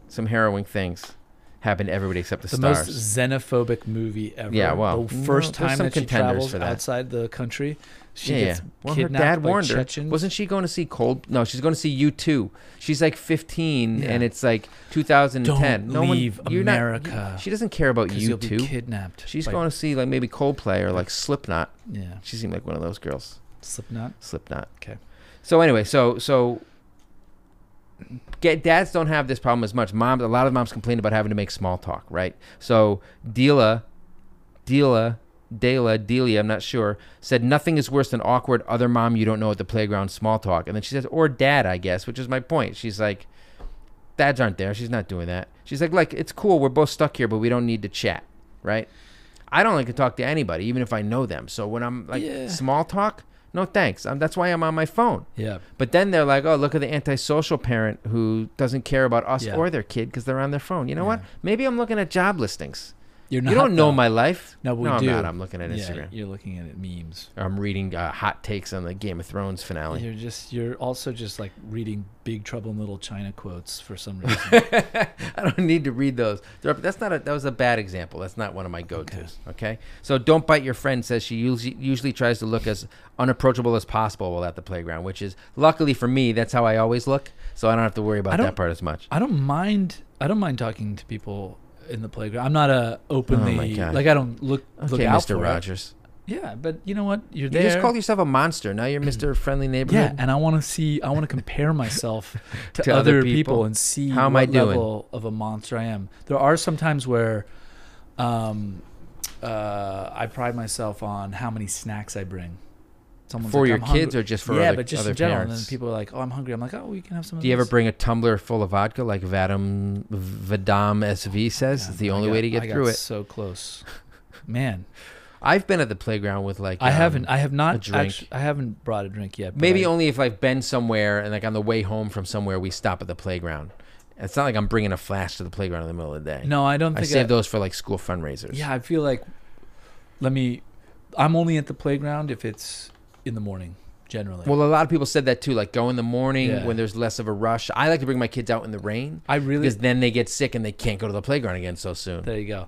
A: Some harrowing things happen to everybody except the,
B: The
A: stars.
B: most xenophobe movie ever.
A: Yeah, well,
B: the first
A: no, there's
B: time
A: some
B: that she
A: contenders
B: travels
A: for that.
B: outside the country, she
A: yeah, yeah.
B: gets
A: Well, her
B: kidnapped
A: dad
B: by
A: warned her.
B: Chechens.
A: Wasn't she going to see Cold? No, she's going to see you too. She's like 15,
B: Yeah.
A: and it's like 2010.
B: Don't
A: no
B: leave
A: one, you're not-
B: America,
A: you- she doesn't care about
B: 'Cause
A: you
B: you'll be
A: too.
B: kidnapped.
A: She's
B: by-
A: going to see like maybe Coldplay or like Slipknot.
B: Yeah,
A: She seemed like one of those girls.
B: Slipknot.
A: Slipknot.
B: Okay.
A: So anyway, so so get dads don't have this problem as much. Moms, a lot of moms complain about having to make small talk, right? So Dela, Dela, Dela, Delia, I'm not sure, said nothing is worse than awkward other mom you don't know at the playground small talk. And then she says, or dad, I guess, which is my point. She's like, dads aren't there. She's not doing that. She's like, like it's cool. We're both stuck here, but we don't need to chat, right? I don't like to talk to anybody, even if I know them. So when I'm like
B: Yeah.
A: small talk, No thanks. Um, that's why I'm on my phone.
B: Yeah.
A: But then they're like, oh, look at the antisocial parent who doesn't care about us
B: Yeah.
A: or their kid because they're on their phone. You know what?
B: Yeah.
A: Maybe I'm looking at job listings.
B: You're
A: you don't know
B: though.
A: my life.
B: No, but we
A: I'm
B: do.
A: not. I'm looking at Instagram.
B: you're looking at it memes.
A: I'm reading uh, hot takes on the Game of Thrones finale.
B: You're just you're also just like reading Big Trouble in Little China quotes
A: (laughs)
B: for some reason.
A: (laughs) I don't need to read those. They're up- That's not a, that was a bad example. That's not one of my go-tos. Okay. So don't bite your friend says she usually, usually tries to look as unapproachable as possible while at the playground, which is luckily for me that's how I always look, so I don't have to worry
B: I
A: about
B: don't-
A: that part as much.
B: I don't mind. I don't mind talking to people in the playground. I'm not a openly
A: Oh God.
B: like I don't look look
A: Okay,
B: out
A: Mr.
B: for it.
A: Rogers.
B: Yeah, but you know what? You're
A: You
B: there.
A: just called yourself a monster. Now you're Mr. Friendly
B: yeah,
A: Neighborhood.
B: and I want to see. I want
A: (laughs)
B: to compare myself to,
A: To
B: other
A: other
B: people.
A: people.
B: and see
A: How am
B: what
A: I doing?
B: level of a monster I am. There are some times where, um, uh, I pride myself on how many snacks I bring. Someone's
A: for
B: like,
A: your
B: "I'm
A: kids
B: hungry."
A: or just for
B: yeah,
A: other,
B: but just
A: other
B: in general. And
A: parents.
B: then people are like, "Oh, I'm hungry." I'm like, "Oh, we can have some." of
A: Do you ever
B: this."
A: bring a tumbler full of vodka like Vadam Vadam SV says?
B: Yeah,
A: it's the
B: I
A: only
B: got-
A: way to get
B: I got
A: through it.
B: So close,
A: (laughs)
B: man.
A: I've been at the playground with like
B: I
A: um,
B: haven't. I have not.
A: a drink.
B: actu- I haven't brought a drink yet. but
A: Maybe
B: I,
A: only if I've been somewhere and like on the way home from somewhere, we stop at the playground. It's not like I'm bringing a flash to the playground in the middle of the day.
B: No, I don't
A: I,
B: think
A: save those for like school fundraisers.
B: Yeah, I feel like let me I'm only at the playground if it's in the morning generally.
A: Well, a lot of people said that too. Like go in the morning
B: Yeah.
A: when there's less of a rush. I like to bring my kids out in the rain
B: I really
A: because then they get sick and they can't go to the playground again so soon.
B: (laughs) there you go.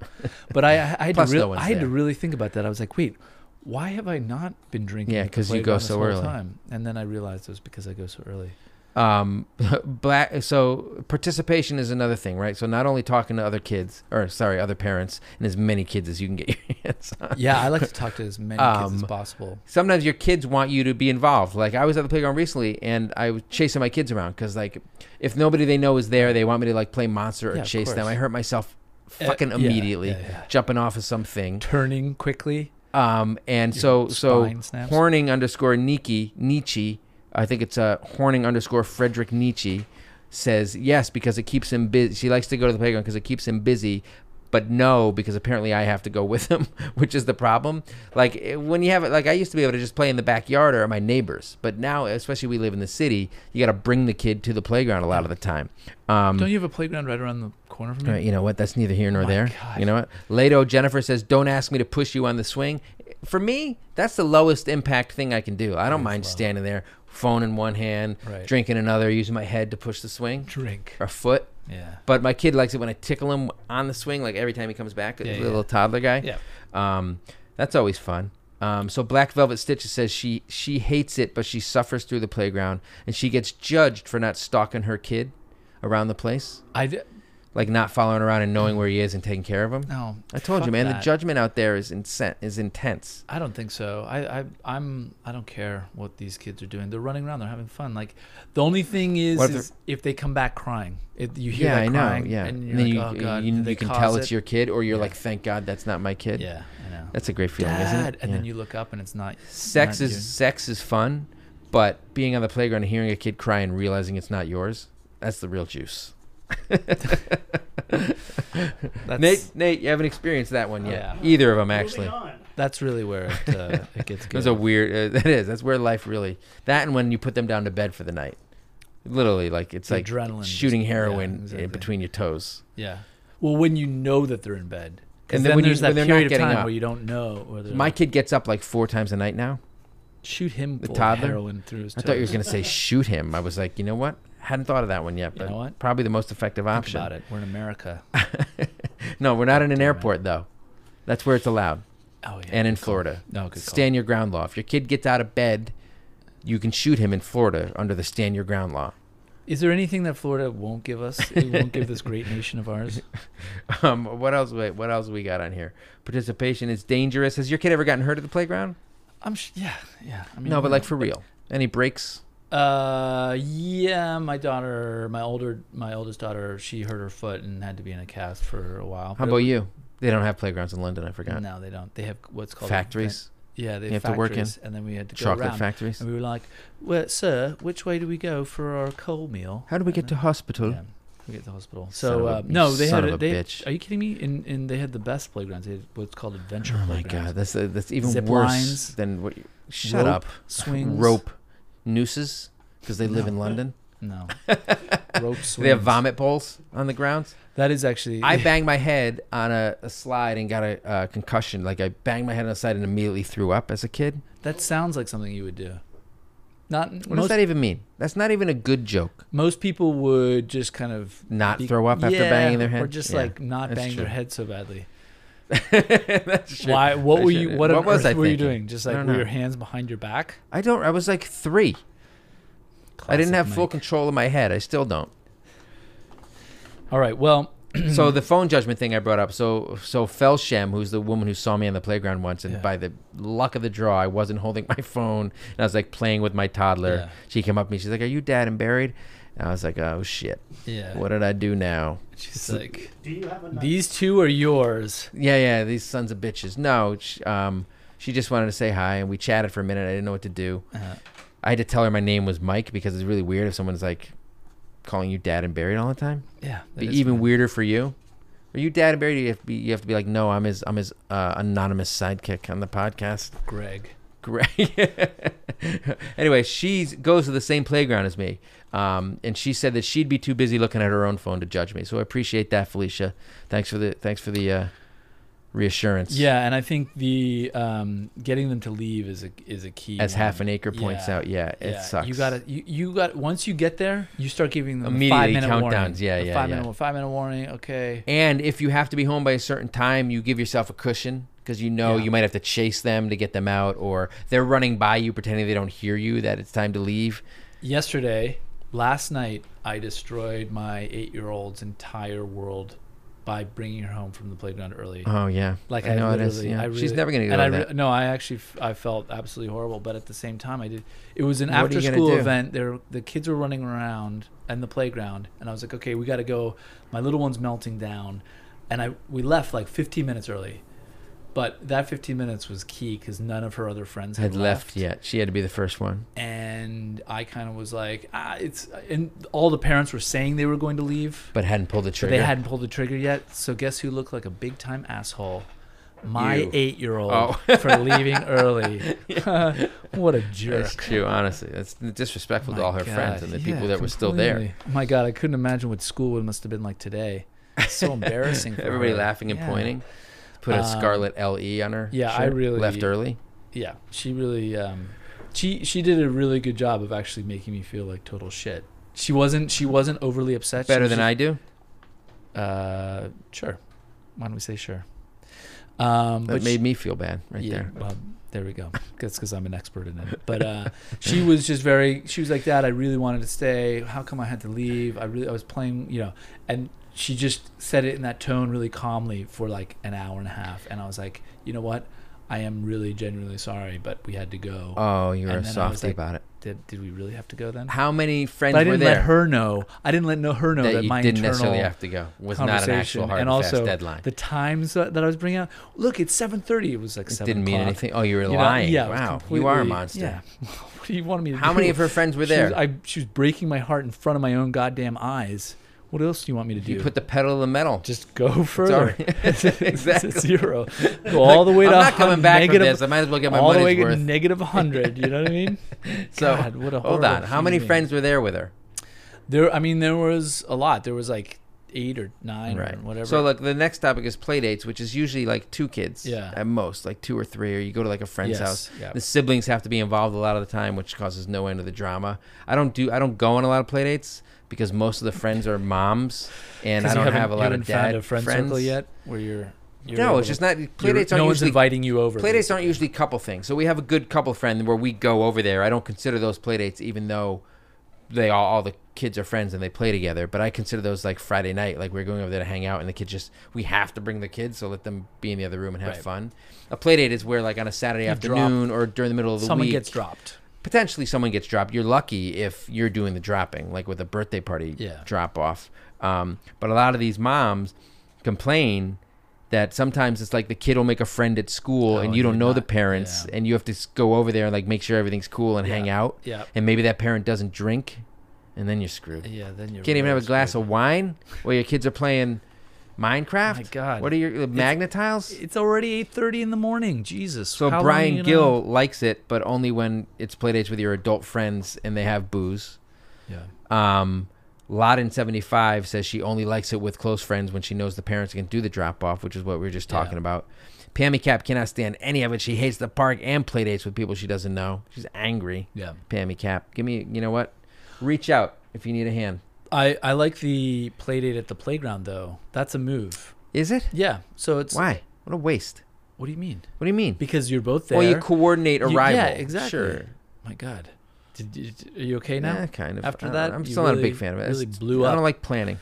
B: But I I had to
A: Plus
B: real-
A: no one's
B: I had to
A: there.
B: really think about that. I was like, "Wait, why have I not been drinking?"
A: Yeah,
B: at the
A: 'cause you go
B: playground this
A: so
B: whole
A: early.
B: Time? And then I realized it was because I go so early.
A: um (laughs) black so participation is another thing right so not only talking to other kids or sorry other parents and as many kids as you can get (laughs) your hands on
B: Yeah, I like to talk to as many kids as
A: Um,
B: possible.
A: sometimes your kids want you to be involved like i was at the playground recently and i was chasing my kids around because like if nobody they know is there they want me to like play monster or
B: Yeah, of
A: chase them
B: course.
A: i hurt myself
B: Uh,
A: fucking
B: yeah,
A: immediately
B: yeah, yeah.
A: jumping off of something
B: Turning quickly.
A: um and
B: Your
A: so so
B: spine snaps.
A: Horning underscore Niki Nietzsche. I think it's uh, Horning underscore Frederick Nietzsche says yes because it keeps him busy. She likes to go to the playground because it keeps him busy, but no because apparently I have to go (laughs) with him, which is the problem. Like it- when you have it, like I used to be able to just play in the backyard or at my neighbors, but now especially we live in the city, you got to bring the kid to the playground a lot of the time. Um,
B: Don't you have a playground right around the corner from
A: all
B: you?
A: right, you know what? That's neither here nor
B: my
A: there.
B: God.
A: You know what? Lato Jennifer says, "Don't ask me to push you on the swing." For me, that's the lowest impact thing I can do. I don't
B: is
A: mind
B: low.
A: standing there, phone in one hand,
B: Right.
A: drinking another, using my head to push the swing
B: Drink.
A: or foot.
B: Yeah.
A: But my kid likes it when I tickle him on the swing, like every time he comes back, the
B: Yeah, yeah.
A: little toddler guy.
B: Yeah.
A: Um, that's always fun. Um, so Black Velvet Stitches says she she hates it, but she suffers through the playground, and she gets judged for not stalking her kid around the place
B: I d-
A: like not following around and knowing where he is and taking care of him.
B: no.
A: I told you,
B: Ah, fuck
A: man, the
B: that.
A: judgment out there is insen- is intense.
B: I don't think so. I, I I'm I don't care what these kids are doing. They're running around. They're having fun. Like the only thing is,
A: What if
B: is if they come back crying. If you hear
A: yeah,
B: that
A: I know.
B: crying,
A: yeah,
B: and
A: and,
B: you're
A: then
B: like,
A: you
B: oh god,
A: you,
B: did they
A: you can
B: cause
A: tell
B: it?
A: it's your kid, or you're
B: Yeah.
A: like, thank God that's not my kid.
B: Yeah, I know.
A: that's a great feeling, isn't
B: Dad,
A: it?
B: and
A: Yeah.
B: then you look up and
A: (laughs)
B: it's not
A: sex
B: not
A: is
B: you.
A: sex is fun, but being on the playground and hearing a kid cry and realizing it's not yours, that's the real juice. (laughs)
B: That's, Oh,
A: Nate, Nate, you haven't experienced that one yet.
B: Yeah.
A: Either of them actually.
C: Moving on.
B: that's really where it, uh,
A: (laughs)
B: it gets good.
A: It's a weird. Uh, that is. That's where life really. That and when you put them down to bed for the night, literally, like it's
B: The
A: like
B: adrenaline just-
A: shooting
B: yeah,
A: heroin in
B: exactly.
A: between your toes.
B: yeah. Well, when you know that they're in bed, 'Cause
A: And then
B: then,
A: when you-
B: there's
A: when
B: that
A: they're not
B: period of
A: getting
B: time
A: up.
B: where you don't know whether
A: My kid gets up like four times a night now.
B: shoot him
A: the
B: full
A: toddler?
B: of heroin through his
A: I thought you were
B: toes.
A: gonna
B: (laughs)
A: say shoot him. I was like, you know what? Hadn't thought of that one yet,
B: You
A: but
B: know what?
A: probably the most effective
B: Think
A: option.
B: about it. We're in America.
A: (laughs) No, we're not in an
B: Damn it.
A: airport though. That's where it's allowed,
B: Oh yeah.
A: and in Florida,
B: no, good call.
A: stand your ground law. If your kid gets out of bed, you can shoot him in Florida under the stand your ground law.
B: Is there anything that Florida won't give us? It won't give this great nation of
A: (laughs)
B: ours.
A: Um, what else? Wait, what else we got on here? Participation is dangerous. Has your kid ever gotten hurt at the playground?
B: I'm sh- yeah, yeah. I mean,
A: no, but
B: you
A: like
B: know,
A: for real. Any breaks?
B: Uh, yeah. My daughter, my older, my oldest daughter, she hurt her foot and had to be in a cast for a while.
A: How
B: but
A: about
B: it-
A: you? They don't have playgrounds in London. I forgot.
B: No, they don't. They have what's called a-
A: factories,
B: yeah, they
A: you
B: have
A: have to work in.
B: factories, and then we had to go
A: chocolate
B: around.
A: factories.
B: And we were like, well, sir, which way do we go for our coal meal?
A: How do we get to hospital?
B: uh, Yeah. we get to the hospital.
A: Son
B: So
A: of a-
B: uh, no,
A: you
B: they
A: son
B: had
A: of
B: a,
A: a
B: they,
A: bitch.
B: Are you kidding me? And and they had the best playgrounds. They had what's called adventure.
A: Oh my god,
B: playgrounds.
A: that's uh, that's even
B: Zip
A: worse
B: lines.
A: than what. You, shut
B: Rope
A: up.
B: Swings.
A: Rope nooses because they live in
B: (laughs)
A: London.
B: No.
A: (laughs)
B: Rope swings.
A: Do they have vomit bowls on the grounds?
B: That is actually.
A: I banged my head on a, a slide and got a uh, concussion. Like I banged my head on the side and immediately threw up as a kid.
B: that sounds like something you would do. Not
A: What
B: most.
A: does that even mean? That's not even a good joke. (laughs)
B: most people would just kind of
A: Not
B: be-
A: throw up after
B: Yeah,
A: banging their
B: or
A: head?
B: just
A: Yeah,
B: like not
A: that's
B: bang their
A: true.
B: head so badly.
A: That's true.
B: Why? What
A: I
B: were you?
A: should-
B: What, on
A: what was
B: earth
A: I
B: were you
A: thinking?
B: doing? Just
A: I
B: like
A: don't
B: were
A: know.
B: your hands behind your back?
A: I don't. I was like three. I didn't
B: Classic
A: have full
B: Mike.
A: control of my head. I still
B: (clears throat)
A: don't.
B: All right. Well,
A: so the phone judgment thing I brought up. So so Felsham, who's the woman who saw me on the playground once, and
B: Yeah.
A: by the luck of the draw, I wasn't holding (laughs) my phone, and I was like playing with my toddler.
B: Yeah.
A: She came up to me. She's like, "Are you dad and buried?" And I was like, "Oh shit,
B: yeah.
A: what did I do now?"
B: (laughs) She's like,
C: Do you have a knife?
B: these two are yours.
A: Yeah, yeah, these sons of bitches. No, sh um, she just wanted to say hi, and we chatted for a minute. I didn't know what to do.
B: Uh,
A: I had to tell her my name was Mike because it's really weird if someone's like calling you dad and buried all the time.
B: yeah. that
A: be
B: is
A: even
B: fine.
A: weirder for you. Are you dad and Barry? You have to be, you have to be like, no, I'm his, I'm his uh, anonymous sidekick on the podcast. (laughs)
B: Greg.
A: Great. anyway, she goes to the same playground as me, um, and she said that she'd be too busy looking at her own phone to judge me. So I appreciate that, Felicia. Thanks for the thanks for the uh, reassurance.
B: Yeah, and I think the um, getting them to leave is a is a key.
A: As
B: one.
A: half an acre points
B: Yeah.
A: out, yeah, it
B: Yeah,
A: sucks.
B: You gotta you, you got once you get there, you start giving them
A: Immediately
B: five minute warning.
A: countdowns, yeah,
B: The
A: yeah,
B: Five
A: yeah.
B: minute five minute warning. Okay.
A: And if you have to be home by a certain time, you give yourself a cushion because you know
B: Yeah.
A: you might have to chase them to get them out, or they're running by you pretending they don't hear you that it's time to leave.
B: Yesterday, last night, I destroyed my eight year old's entire world by bringing her home from the playground early.
A: Oh yeah,
B: Like I,
A: it
B: literally,
A: is, yeah.
B: I
A: she's
B: really-
A: never gonna go
B: and I
A: to
B: re-
A: that.
B: No, I actually, f- I felt absolutely horrible. But at the same time, I did. It was an
A: What are you
B: after
A: gonna
B: school
A: do?
B: event. There, the kids were running around and the playground, and I was like, okay, we got to go. My little one's melting down, and I we left like 15 minutes early. But that 15 minutes was key because none of her other friends
A: (laughs)
B: had,
A: Had left yet. She had to be the first one.
B: and I kind of was like, ah, it's. And all the parents were saying they were going to leave,
A: but hadn't pulled the
B: but
A: trigger.
B: they hadn't pulled the trigger yet. So guess who looked like a big time asshole? My
A: You.
B: eight-year-old
A: Oh.
B: (laughs) for leaving
A: (laughs)
B: early. (laughs) what a
A: That's
B: jerk!
A: true, honestly. That's disrespectful to
B: My
A: all her friends
B: God,
A: and the
B: yeah,
A: people that were still there.
B: completely. My God, I couldn't imagine what school it must have been like today.
A: (laughs)
B: So embarrassing. (laughs) For
A: Everybody
B: her.
A: laughing and
B: Yeah.
A: pointing. Put a
B: Um,
A: scarlet LE on her.
B: yeah, I
A: shirt,
B: really-
A: left early.
B: Yeah, she really, um, she she did a really good job of actually making me feel like total shit. She wasn't. She wasn't overly upset.
A: Better
B: she was
A: than I do.
B: Uh, sure. Why don't we say sure? Um,
A: That
B: but
A: made
B: she-
A: me feel bad right
B: yeah,
A: there.
B: Well, there we go. That's because I'm an expert in it. But uh, she was just very. She was like, "Dad, I really wanted to stay. How come I had to leave? I really, I was playing, you know." And she just said it in that tone, really calmly, for like an hour and a half. And I was like, "You know what? I am really, genuinely sorry, but we had to go.
A: Oh, you were
B: And
A: a
B: then I was
A: softy
B: like-
A: about it.
B: did, did we really have to go then?"
A: How many friends
B: But I
A: were
B: didn't
A: there?
B: let her know. I didn't let know her know that,
A: that, you
B: my
A: didn't
B: internal
A: necessarily have to go was not an actual
B: conversation,
A: hard and,
B: and also
A: fast deadline.
B: the times that, that I was bringing out. Look, it's seven thirty. It was like
A: it
B: seven.
A: didn't mean
B: o'clock.
A: anything. Oh, you were
B: You know,
A: lying.
B: yeah, it was
A: wow, you are a
B: completely-
A: monster.
B: Yeah. (laughs) what do you want me to
A: How
B: do?
A: many of her friends were there?
B: She was, I, she was breaking my heart in front of my own goddamn eyes. What else do you want me to do?
A: you put the pedal to the metal.
B: just go (laughs) further.
A: already-
B: (laughs) It's at
A: Exactly.
B: (laughs) zero. Go all the way
A: I'm
B: to
A: not coming back
B: negative,
A: from this. I might as well get my
B: all the
A: money's
B: way to
A: worth.
B: negative hundred. You know what I mean?
A: (laughs) so
B: God, what a
A: hold
B: horrible
A: on. How many
B: human.
A: friends were there with her?
B: There. I mean, there was a lot. There was like eight or nine or whatever.
A: So like the next topic is play dates, which is usually like two kids.
B: Yeah.
A: At most, like two or three, or you go to like a friend's
B: Yes,
A: house.
B: yeah.
A: The siblings have to be involved a lot of the time, which causes no end of the drama. I don't do I don't go on a lot of play dates because most of the friends are moms and
B: 'Cause
A: I
B: you
A: don't
B: haven't-
A: have a
B: you
A: lot
B: haven't
A: of dad
B: found a friend
A: friends
B: circle yet, where you're. you're
A: No,
B: able
A: it's
B: to-
A: just not play
B: you're-
A: dates
B: No
A: aren't
B: one's
A: usually
B: inviting you over.
A: Playdates aren't usually couple things. So we have a good couple friend where we go over there. I don't consider those playdates, even though they all, all the kids are friends and they play together. But I consider those like Friday night, like we're going over there to hang out, and the kids just we have to bring the kids, so let them be in the other room and have
B: Right.
A: fun. A playdate is where like on a Saturday
B: You drop-
A: afternoon or during the middle of the
B: Someone
A: week,
B: gets dropped.
A: potentially someone gets dropped. You're lucky if you're doing the dropping, like with a birthday party
B: Yeah.
A: drop off. Um, but a lot of these moms complain that sometimes it's like the kid will make a friend at school
B: Oh,
A: and
B: and
A: you don't
B: you're
A: know the
B: not-
A: parents
B: yeah.
A: and you have to s- go over there and like make sure everything's cool and hang
B: Yeah.
A: out.
B: Yeah.
A: And maybe that parent doesn't drink and then you're screwed. You
B: Yeah, then you
A: can't even have a glass of wine while your kids are playing Minecraft.
B: My God.
A: What are your uh, magnetiles?
B: It's already eight thirty in the morning. Jesus.
A: So
B: how long are
A: Brian
B: you gonna-
A: Gill likes it, but only when it's play dates with your adult friends and they have booze.
B: Yeah.
A: Um, Laden seventy five says she only likes it with close friends when she knows the parents can do the drop off, which is what we were just talking
B: Yeah.
A: about. Pammy Cap cannot stand any of it. She hates the park and play dates with people she doesn't know. She's angry.
B: Yeah.
A: Pammy Cap, give me you know what? Reach out if you need a hand.
B: I I like the play date at the playground though. That's a move.
A: Is it?
B: Yeah. So it's
A: Why? What a waste.
B: What do you mean?
A: What do you mean?
B: Because you're both there.
A: Well, you coordinate
B: You-
A: arrival.
B: Yeah, exactly.
A: Sure.
B: My God. Did, did- are you okay now?
A: Eh, kind of.
B: After
A: I don't
B: that,
A: know. I'm
B: you
A: still not a big
B: really-
A: fan of it.
B: really
A: It's-
B: blew
A: I
B: up.
A: don't like planning.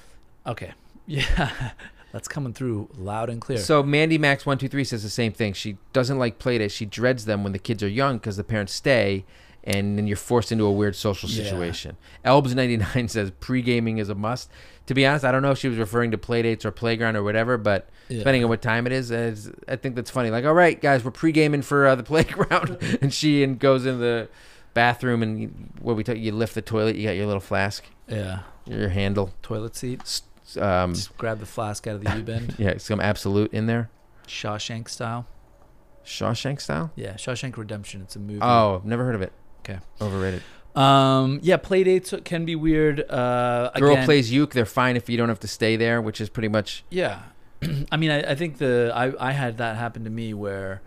B: Okay. (laughs) Yeah. That's coming through loud and clear.
A: So Mandy Max one two three says the same thing. She doesn't like play dates. She dreads them when the kids are young because the parents stay, and then you're forced into a weird social
B: Yeah.
A: situation. Elbs ninety nine (laughs) says pre gaming is a must. To be honest, I don't know if she was referring to play dates or playground or whatever, but
B: Yeah.
A: depending on what time it is, uh, it's- I think that's funny. Like, all right, guys, we're pre gaming for uh, the (laughs) playground, and she and goes in the bathroom and you- what we talk, you lift the toilet, you got your little flask,
B: yeah.
A: your handle,
B: Toilet seat.
A: s- s- um,
B: Just grab the flask out of the U bend,
A: (laughs) yeah, some absolute in there,
B: Shawshank style.
A: Shawshank style.
B: Yeah, Shawshank Redemption. It's a movie.
A: Oh, never heard of it.
B: Mm-hmm. Okay.
A: Overrated.
B: Um. Yeah. Playdates can be weird. Uh.
A: Girl
B: again-
A: plays uke. They're fine if you don't have to stay there, which is pretty much
B: Yeah. (clears throat) I mean, I, I think the I, I had that happen to me where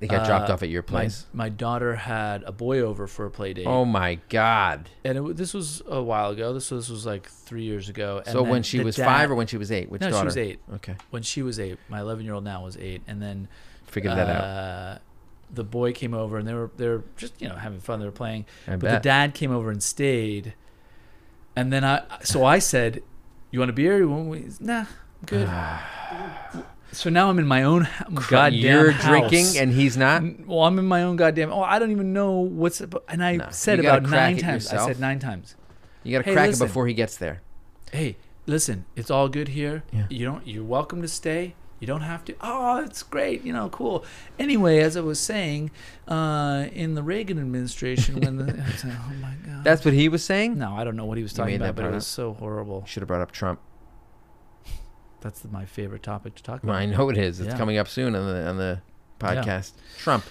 A: they got dropped
B: Uh,
A: off at your
B: my,
A: place.
B: my daughter had a boy over for a play date.
A: oh my god!
B: and it, w- this was a while ago. This was, this was like three years ago. And
A: so
B: then
A: when she
B: the
A: was
B: dad-
A: five or when she was eight, which
B: no,
A: daughter?
B: she was eight.
A: Okay,
B: When she was eight, my eleven-year-old now was eight, and then
A: figured that out.
B: uh, The boy came over, and they were they were just you know having fun. They were playing,
A: I
B: but
A: bet.
B: the dad came over and stayed. And then I, so I said, "You want a beer? You want?" He's, Nah, I'm good.
A: (sighs)
B: so now I'm in my own h-
A: God,
B: goddamn.
A: you're
B: house.
A: drinking and he's not.
B: N- Well, I'm in my own goddamn. Oh, I don't even know what's. ab- And I
A: Nah,
B: said
A: you gotta
B: about
A: crack
B: nine
A: it
B: times. I
A: yourself.
B: said nine times.
A: You got to
B: Hey,
A: crack
B: listen.
A: it before he gets there.
B: Hey, listen, it's all good here.
A: Yeah.
B: You don't. You're welcome to stay. You don't have to. Oh, it's great. You know, cool. Anyway, as I was saying, uh, in the Reagan administration, when
A: (laughs)
B: the I was like, oh my god,
A: That's what he was saying.
B: no, I don't know what he was
A: You
B: talking
A: made that
B: about, but
A: part
B: it was
A: up.
B: so horrible.
A: Should have brought up Trump.
B: That's my favorite topic to talk
A: Well,
B: about.
A: I know it is. It's
B: Yeah.
A: coming up soon on the on the
B: Yeah. (laughs)
A: podcast. Trump.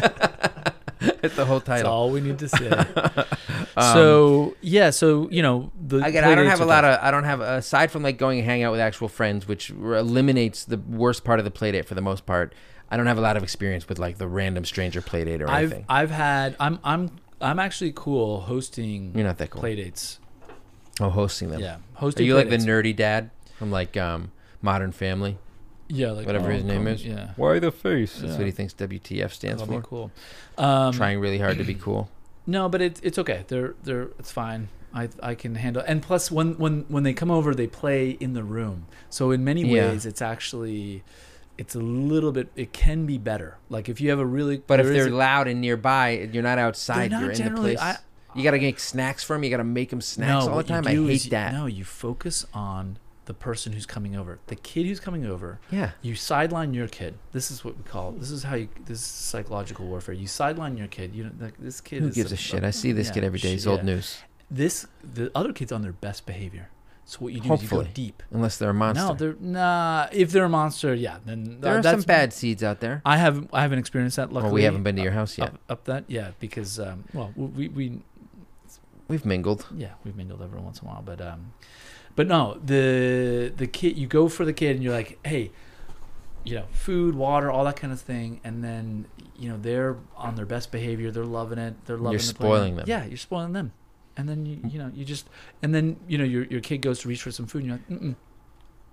A: That's the whole
B: That's
A: title.
B: all we need to (laughs) say. so yeah, so you know the
A: Um, I, get, I don't
B: playdates
A: have a
B: are
A: lot
B: tough.
A: of. I don't have aside from like going and hang out with actual friends, which r- eliminates the worst part of the playdate for the most part. I don't have a lot of experience with like the random stranger playdate or
B: I've
A: anything.
B: I've had I'm I'm I'm actually cool hosting
A: You're not that cool.
B: playdates.
A: oh, hosting them.
B: Yeah,
A: Are
B: hosting.
A: you like the
B: playdates.
A: nerdy dad from like um, Modern Family?
B: Yeah, like
A: Whatever
B: oh,
A: his name
B: cool.
A: is.
B: Yeah,
A: Why the face? That's
B: Yeah.
A: what he thinks WTF stands
B: that'll be
A: for.
B: cool. Um,
A: Trying really hard to be
B: (clears throat)
A: cool.
B: No, but it's it's okay. They're they're it's fine. I I can handle. And plus, when when when they come over, they play in the room. So in many
A: Yeah.
B: ways, it's actually. It's a little bit. It can be better. Like if you have a really.
A: But if
B: there is
A: they're
B: a-
A: loud and nearby, you're not outside.
B: not
A: you're in the
B: generally-
A: place.
B: I-
A: you gotta make snacks for him. You gotta make him snacks all the
B: what you
A: time. I
B: do is
A: hate
B: you-
A: that.
B: No, you focus on the person who's coming over, the kid who's coming over.
A: Yeah.
B: You sideline your kid. This is what we call. This is how you. This is psychological warfare. You sideline your kid. You know, like this kid.
A: Who
B: is
A: gives a shit? I see this
B: yeah,
A: kid every day.
B: shit,
A: He's old
B: yeah.
A: news.
B: This the other kid's on their best behavior. So what you do is
A: Hopefully.
B: you go deep.
A: Unless they're a monster.
B: No, they're nah. If they're a monster, yeah, then
A: There
B: uh,
A: are
B: that's,
A: some bad seeds out there.
B: I haven't. I haven't experienced that. Luckily, uh,
A: well, we haven't been to your house yet.
B: up, up that. Yeah, because um, well, we, we
A: We've (laughs) mingled.
B: yeah, we've mingled every once in a while, but um, but no, the the kid you go for the kid and you're like, hey, you know, food, water, all that kind of thing, and then you know they're on their best behavior, they're loving it, they're loving.
A: You're
B: the
A: spoiling
B: playground.
A: them. Hmm.
B: Yeah, you're spoiling them, and then you you know you just and then you know your your kid goes to reach for some food and you're like, mm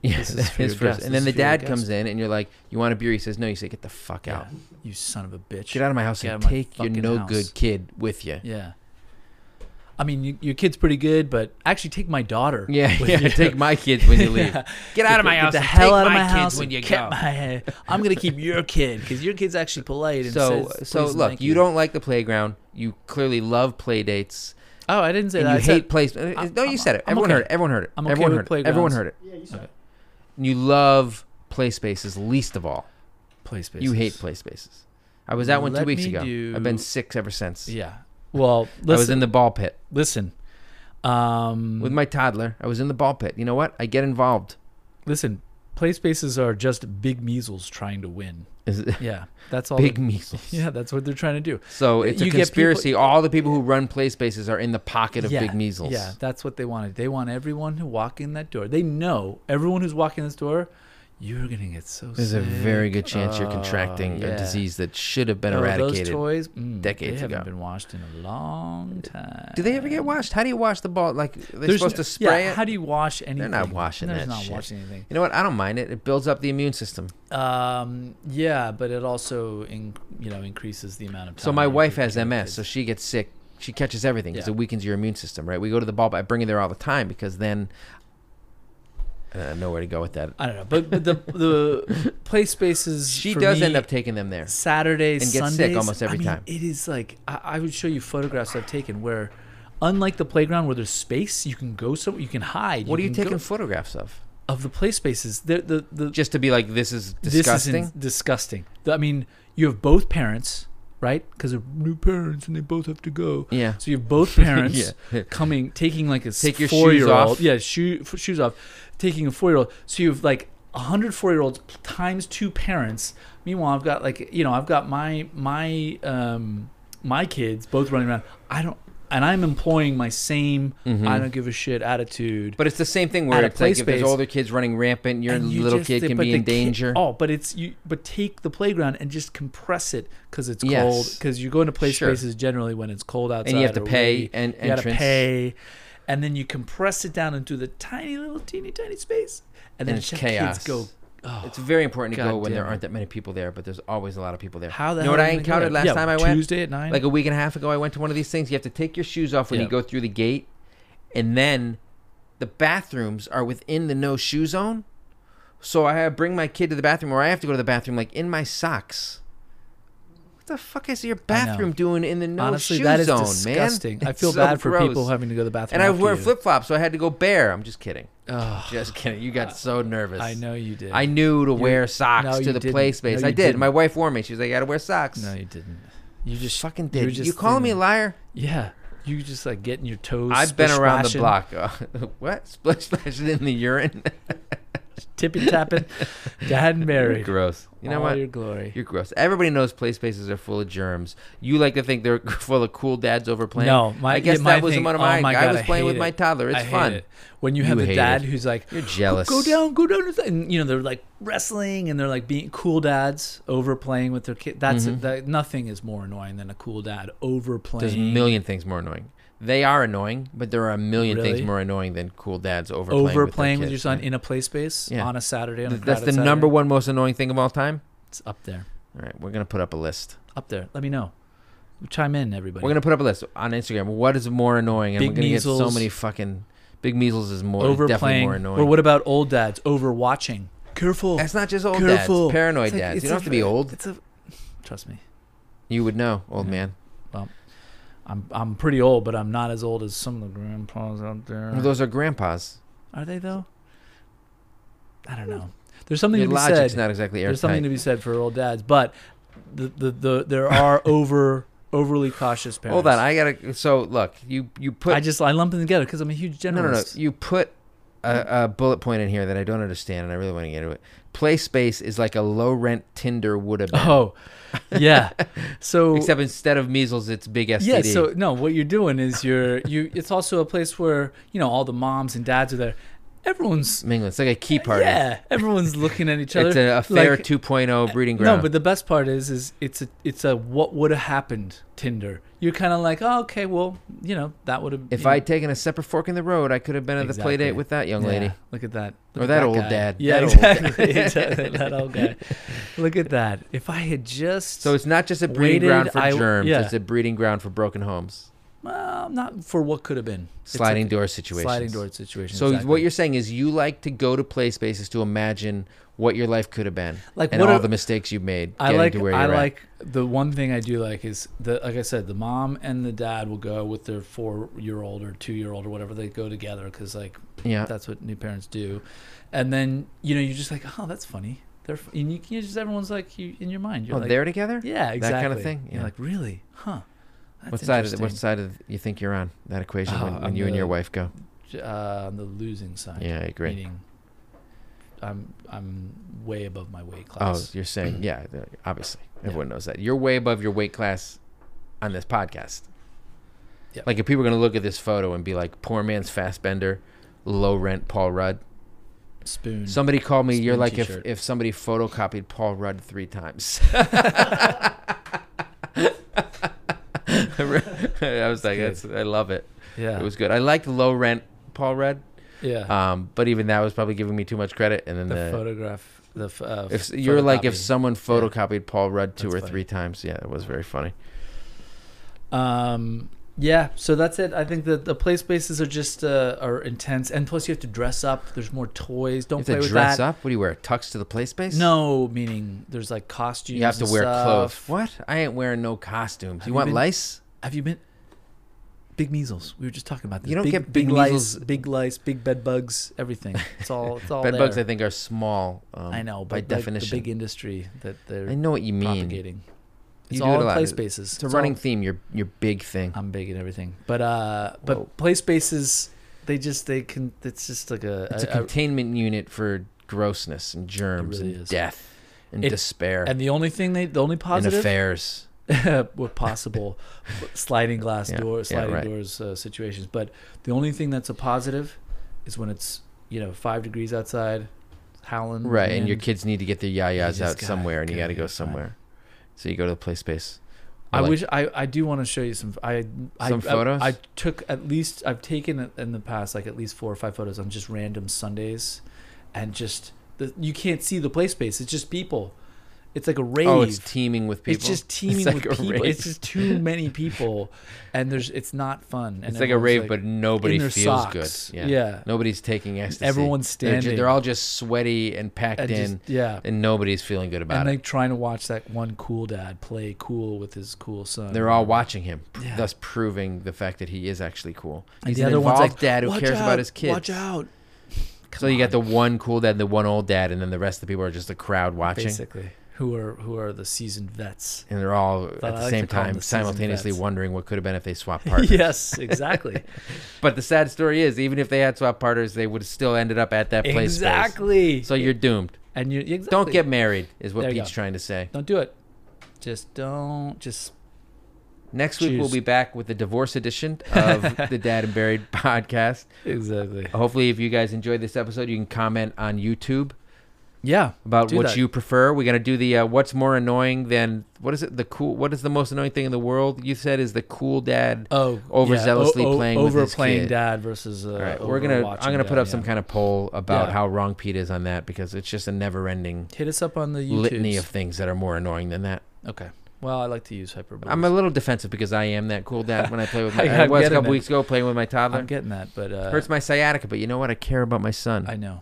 A: Yeah, (laughs)
B: This is
A: that
B: for
A: is
B: your
A: first.
B: guest.
A: And then
B: This is
A: the
B: for your
A: dad
B: guest.
A: comes in and you're like, "You want a beer?" He says, "No." You say, "Get the fuck out.
B: you son of a bitch,
A: Get out of my house
B: Get
A: and
B: out of my
A: take your
B: fucking
A: no
B: house."
A: good kid with you."
B: Yeah. I mean, you, your kid's pretty good, but actually, take my daughter.
A: Yeah,
B: with
A: yeah. (laughs)
B: you.
A: Take my kids
B: (laughs)
A: when you leave. (laughs) Get out of my
B: Get
A: house.
B: The
A: and
B: hell
A: take
B: out of my
A: kids
B: house.
A: when
B: and
A: you
B: get
A: go.
B: my- I'm gonna keep your kid because your kid's actually polite. And
A: So,
B: says,
A: so
B: "Please and
A: look,
B: thank
A: you. don't like the playground. You clearly love play dates,
B: Oh, I didn't say
A: and
B: that.
A: you
B: I said-
A: hate place.
B: I'm-
A: no, you
B: I'm-
A: said it.
B: I'm
A: Everyone
B: okay.
A: heard it. Everyone heard it.
B: I'm okay
A: everyone
B: with
A: heard it. Everyone
B: playgrounds.
A: heard it.
C: Yeah, you said it.
A: And you love play spaces least of all.
B: play space.
A: You hate play spaces. I was out one two
B: Let
A: weeks
B: me
A: ago.
B: do-
A: I've been sick ever since.
B: Yeah. Well,
A: I was
B: listen.
A: in the ball pit
B: listen. Um,
A: with my toddler. I was in the ball pit. You know what? I get involved.
B: listen. Play spaces are just big measles trying to win.
A: Is it
B: Yeah, that's all.
A: (laughs) big
B: they-
A: measles.
B: yeah, that's what they're trying to do.
A: So it's a
B: You get people-
A: conspiracy. All the people who run play spaces are in the pocket of
B: yeah,
A: big measles.
B: Yeah, that's what they wanted. They want everyone who walk in that door. They know everyone who's walking this door. You're gonna get so.
A: There's a
B: sick.
A: very good chance you're
B: Oh,
A: contracting
B: yeah.
A: a disease that should have been
B: Oh,
A: eradicated.
B: Those toys, mm,
A: decades
B: they haven't
A: ago.
B: been washed in a long time.
A: Do they ever get washed? How do you wash the ball? Like they're
B: There's
A: supposed to
B: no-
A: spray
B: yeah,
A: it.
B: How do you wash anything?
A: not washing
B: There's
A: that
B: not
A: shit.
B: washing anything.
A: you know what? I don't mind it. It builds up the immune system.
B: Um, yeah, but it also in, you know increases the amount of time.
A: So my
B: you
A: wife
B: give
A: has
B: your
A: MS,
B: kids.
A: so she gets sick. She catches everything because
B: Yeah.
A: it weakens your immune system, right? We go to the ball. I bring her there all the time because then uh, nowhere to go with that.
B: I don't know, but, but the
A: (laughs)
B: the play spaces.
A: She
B: for
A: does
B: me,
A: end up taking them there.
B: Saturdays
A: and gets sick
B: Sundays,
A: almost every
B: I mean,
A: time.
B: It is like I, I would show you photographs I've taken where, unlike the playground where there's space, you can go somewhere, you can hide.
A: What are you
B: can go-
A: taking photographs of?
B: of the play spaces? The the, the
A: Just to be like, this is
B: This
A: disgusting.
B: is in- disgusting. The- I mean, you have both parents, right? Because they're new parents and they both have to go.
A: (laughs) yeah.
B: So you have both parents
A: Yeah.
B: coming, taking like a
A: Take your shoes
B: four-year-old.
A: off.
B: Yeah, shoe, f- shoes off. Taking a four-year-old. So you have like a hundred four-year-olds p- times two parents. Meanwhile, I've got like you know I've got my my um my kids both running around. I don't, and I'm employing my same
A: Mm-hmm.
B: I don't give a shit attitude.
A: But it's the same thing where
B: At a
A: it's like
B: play
A: if there's
B: space.
A: older kids running rampant, your
B: And you
A: little
B: just-
A: kid
B: they-
A: can
B: but
A: be
B: the
A: in
B: kid-
A: danger.
B: oh, but it's you. But take the playground and just compress it because it's
A: Yes.
B: cold. Because you go into play
A: Sure.
B: spaces generally when it's cold outside,
A: you have to
B: or
A: pay
B: windy.
A: an
B: you gotta
A: entrance.
B: pay, and then you compress it down into the tiny little teeny tiny space, and then
A: And it's
B: just
A: chaos.
B: kids go. Oh,
A: It's very important to
B: God
A: go when there
B: damn it.
A: aren't that many people there, but there's always a lot of people there.
B: how
A: you
B: the hell
A: know what
B: are
A: I
B: you gonna go
A: encountered
B: there?
A: last
B: Yeah,
A: time I went?
B: Tuesday at nine.
A: Like a week and a half ago, I went to one of these things. You have to take your shoes off when
B: Yeah.
A: you go through the gate, and then the bathrooms are within the no shoe zone. So I have- bring my kid to the bathroom, or I have to go to the bathroom like in my socks. What the fuck is your
B: I know.
A: bathroom doing in the no
B: Honestly,
A: shoe
B: that is
A: zone,
B: disgusting.
A: man?
B: I
A: It's
B: feel
A: so
B: bad for
A: gross.
B: people having to go to the bathroom.
A: And I
B: after
A: wear
B: you.
A: flip flops, so I had to go bare. I'm just
B: (sighs)
A: kidding.
B: Ugh,
A: Just kidding. You got so nervous.
B: I know you did.
A: I knew to wear socks
B: no, you
A: to the
B: didn't.
A: play space.
B: No,
A: I
B: you
A: did.
B: didn't.
A: My wife warned me. She was like, "You gotta wear socks."
B: No, you didn't. You just
A: fucking
B: you were
A: did. You,
B: just
A: calling me a
B: thinking-
A: liar?
B: Yeah, you just like getting your toes.
A: I've been
B: splish
A: around the
B: splashing,
A: block. (laughs) what? Splish splashing in the urine? (laughs)
B: tippy tapping, dad and married.
A: gross. You know
B: All
A: what?
B: Your
A: You're,
B: glory.
A: gross. Everybody knows play spaces are full of germs. You like to think they're (laughs) full of cool dads overplaying.
B: No, my
A: I guess
B: yeah, my
A: that was
B: thing-
A: one of
B: oh
A: my.
B: my
A: I
B: God,
A: was
B: I
A: playing with
B: hate
A: my
B: it.
A: toddler. It's
B: I hate
A: fun.
B: it. when you have
A: You
B: the
A: hate
B: dad
A: it.
B: who's like,
A: You're jealous.
B: Go down, go down, to the-" and you know they're like wrestling and they're like being cool dads overplaying with their kid. That's that, nothing is more annoying than a cool dad overplaying.
A: Mm-hmm. There's a million things more annoying. They are annoying, but there are a million
B: Really?
A: things more annoying than cool dads overplaying,
B: overplaying
A: with,
B: with,
A: their
B: your
A: kids.
B: son in a play space
A: Yeah.
B: on a Saturday. On a
A: Th- That's
B: crowded
A: the
B: Saturday.
A: number one most annoying thing of all time.
B: It's up there,
A: All right, we're gonna put up a list.
B: up there. Let me know. Chime in, everybody.
A: We're gonna put up a list on Instagram. What is more annoying? And
B: Big
A: we're gonna get so
B: measles.
A: many fucking big measles is more is definitely
B: overplaying
A: more annoying.
B: or what about old dads overwatching careful
A: That's not just old
B: Careful.
A: dads. Paranoid
B: It's like-
A: dads.
B: it's
A: You don't
B: a-
A: have to be old.
B: it's a trust me
A: You would know, old
B: Yeah.
A: man.
B: i'm i'm pretty old but i'm not as old as some of the grandpas out there
A: Well, those are grandpas.
B: are they though i don't know there's something
A: Hmm. Your
B: to be
A: logic's
B: said
A: not exactly
B: there's
A: airtight.
B: something to be said for old dads but the the, the there are
A: (laughs)
B: over overly cautious parents
A: Hold on, I gotta. So look, you you put
B: I just i lump them together because i'm a huge
A: no no no.
B: generalist
A: You put a, a bullet point in here that I don't understand, and I really want to get into it. Play space is like a low rent Tinder would have been,
B: (laughs) oh
A: (laughs)
B: yeah so
A: except instead of measles, it's big STD.
B: Yeah, so no, what you're doing is you're you. It's also a place where you know all the moms and dads are there. Everyone's
A: mingling. It's like a key party.
B: yeah, everyone's looking at each other.
A: (laughs) It's a, a fair
B: like-
A: 2.0 breeding ground.
B: no, but the best part is is it's a it's a what would have happened Tinder. You're kind of like, oh, okay, well, you know that would have.
A: if I would taken a separate fork in the road, I could have been at the
B: Exactly.
A: play date with that young lady.
B: look at that,
A: Or
B: Look at
A: that old
B: guy.
A: dad.
B: Yeah,
A: That old dad.
B: exactly, exactly, (laughs) that old guy. Look at that. If I had just
A: So it's not just a breeding ground
B: Waited,
A: for
B: I-
A: germs;
B: yeah.
A: it's a breeding ground for broken homes,
B: well, not for what could have been It's
A: sliding
B: like
A: door
B: a
A: situations.
B: sliding door situation.
A: So
B: exactly.
A: what you're saying is you like to go to play spaces to imagine what your life could have been,
B: Like,
A: and
B: what
A: all
B: are-
A: the mistakes you made
B: I
A: getting
B: like
A: to where
B: I
A: you're
B: like the one thing I do like is the like I said the mom and the dad will go with their four year old or two year old or whatever they go together because like
A: at. Yeah,
B: that's what new parents do, and then you know you're just like oh that's funny they're f-" and you, you just everyone's like you in your mind you're
A: oh,
B: like
A: they're together.
B: yeah exactly
A: that kind of thing,
B: you're
A: yeah.
B: like really huh
A: what side of the, what side of you think you're on that equation when,
B: Oh,
A: when
B: I'm
A: you and
B: the-
A: your wife go?
B: interesting. Uh, on the losing side.
A: Yeah, I agree.
B: Meaning, I'm I'm way above my weight
A: Oh,
B: class.
A: you're saying yeah. the- Obviously, everyone knows that you're way above your weight class on this podcast.
B: Yeah.
A: Like if people are gonna look at this photo and be like, "Poor man's Fastbender, low rent Paul Rudd."
B: Spoon.
A: Somebody called me. You're
B: Spoon
A: like if,
B: t-shirt.
A: if somebody photocopied Paul Rudd three times. (laughs) I was like,
B: That's
A: that's, I love it.
B: yeah.
A: It was good. I liked low rent Paul Rudd,
B: yeah.
A: um, but even that was probably giving me too much credit. And then
B: the
A: the,
B: photograph. The f- uh,
A: if you're like if
B: photocopy.
A: someone photocopied Paul Rudd two
B: That's
A: or
B: funny.
A: three times, yeah, it was very funny.
B: Um, yeah, so that's it. I think that the play spaces are just uh, are intense, and plus you have to dress up. There's more toys.
A: You
B: Don't
A: have
B: play
A: to
B: with
A: dress
B: that.
A: up. What do you wear? Tux to the play space?
B: No, meaning there's like costumes.
A: you have to
B: and
A: wear clothes.
B: stuff.
A: What? I ain't wearing no costumes.
B: Have
A: you
B: you
A: want
B: been-
A: lice?
B: Have you been? Big measles. We were just talking about this.
A: You don't
B: big,
A: get big
B: big
A: measles-
B: lice, big lice, big bed bugs, everything. It's all it's all
A: Bed
B: there.
A: bugs, I think, are small. Um,
B: I know,
A: by
B: but like,
A: definition.
B: the big industry that they're
A: I know what you mean.
B: propagating.
A: You
B: It's
A: do
B: all
A: it a
B: in
A: lot.
B: play
A: It's
B: spaces.
A: It's a
B: It's
A: running
B: all-
A: theme. Your your big thing.
B: I'm big and everything, but uh,
A: Whoa.
B: but play spaces, they just they can. It's just like a.
A: It's a
B: a- a-
A: containment unit for grossness and germs
B: uh, really
A: and
B: is.
A: death and
B: It-
A: despair
B: and the only thing they, the only
A: and
B: positive,
A: affairs.
B: (laughs) were possible sliding glass
A: Yeah, yeah,
B: doors, sliding
A: right.
B: doors uh, situations. But the only thing that's a positive is when it's you know five degrees outside, howling.
A: Right, and your
B: wind.
A: kids need to get their yayas
B: just
A: out
B: gotta-
A: somewhere, and you got
B: gotta
A: to go
B: get fun.
A: somewhere. So you go to the play space.
B: I
A: like-
B: wish I, I do want to show you some I I-
A: Some
B: I,
A: photos?
B: I took at least I've taken in the past like at least four or five photos on just random Sundays, and just the, you can't see the play space. It's just people. It's like a rave.
A: Oh, it's teeming with people. (laughs)
B: It's just teeming
A: like
B: with
A: a
B: people.
A: rave.
B: It's just too many people, and there's it's not fun. And
A: It's like a
B: everyone's,
A: rave,
B: like,
A: but
B: in
A: nobody
B: their
A: feels
B: socks.
A: good. Yeah.
B: Yeah.
A: nobody's taking ecstasy.
B: everyone's
A: They're, ju-
B: standing.
A: they're all just sweaty and packed
B: and
A: in,
B: just- yeah,
A: and nobody's feeling good about
B: and
A: it.
B: like trying to watch that one cool dad play cool with his cool son.
A: They're all watching him, pr-
B: Yeah.
A: thus proving the fact that he is actually cool.
B: And
A: He's
B: the
A: an
B: other one's
A: involved
B: like,
A: dad who
B: "Watch
A: cares
B: out,
A: about his kids.
B: Watch out!
A: So you got the one cool dad, and the one old dad, and then the rest of the people are just the crowd watching,
B: basically who are who are the seasoned (laughs) vets.
A: and they're all at
B: I
A: the
B: like
A: same
B: to call 'em
A: time
B: the seasoned
A: simultaneously
B: vets.
A: wondering what could have been if they
B: (laughs)
A: swapped partners.
B: yes, (laughs) exactly,
A: But the sad story is, even if they had swapped partners, they would have still ended up at that place.
B: exactly.
A: So you're doomed.
B: and you exactly.
A: Don't get married, is what
B: There you
A: Pete's
B: go.
A: trying to say.
B: don't do it. Just don't. Just
A: Next week we'll
B: Choose.
A: be back with the divorce
B: (laughs)
A: edition of the Dad and Buried podcast.
B: exactly.
A: Hopefully, if you guys enjoyed this episode, you can comment on YouTube
B: Yeah,
A: about
B: Do
A: what
B: that.
A: you prefer. We're gonna do the uh, what's more annoying than what is it? The cool. What is the most annoying thing in the world? You said is the cool dad.
B: Oh,
A: Overzealously playing with his
B: overplaying
A: kid.
B: dad versus. Uh,
A: All right, we're gonna. I'm gonna put up some kind of poll about
B: Yeah.
A: how wrong Pete is on that because it's just a never-ending
B: Hit us up on the YouTube.
A: litany of things that are more annoying than that.
B: Okay. Well, I like to use hyperbole.
A: I'm a little defensive because I am that cool dad when I play
B: (laughs)
A: with my.
B: I-
A: I,
B: I'm
A: was a
B: getting
A: couple
B: it.
A: weeks ago playing with my toddler.
B: I'm getting that, but uh,
A: Hurts my sciatica, but you know what? I care about my son.
B: I know.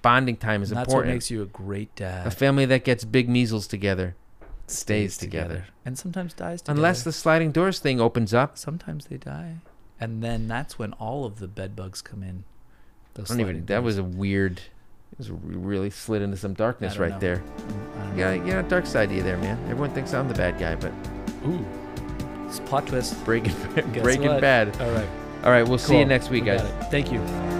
A: Bonding time is
B: And that's what
A: important.
B: makes you a great
A: a
B: dad.
A: family that gets big measles together, stays together.
B: and sometimes dies together.
A: unless the sliding doors thing opens up.
B: sometimes they die, and then that's when all of the bed bugs come in.
A: I don't even. That was a weird. It was we really slid into some darkness
B: I don't
A: right
B: know.
A: there. Yeah, you got a dark side to you there, man. Everyone thinks I'm the bad guy, but
B: Ooh, it's a plot twist.
A: Breaking
B: Guess
A: Breaking (laughs)
B: what?
A: Bad.
B: All right.
A: All right, we'll see you
B: cool.
A: next week,
B: We got
A: guys.
B: it. Thank you.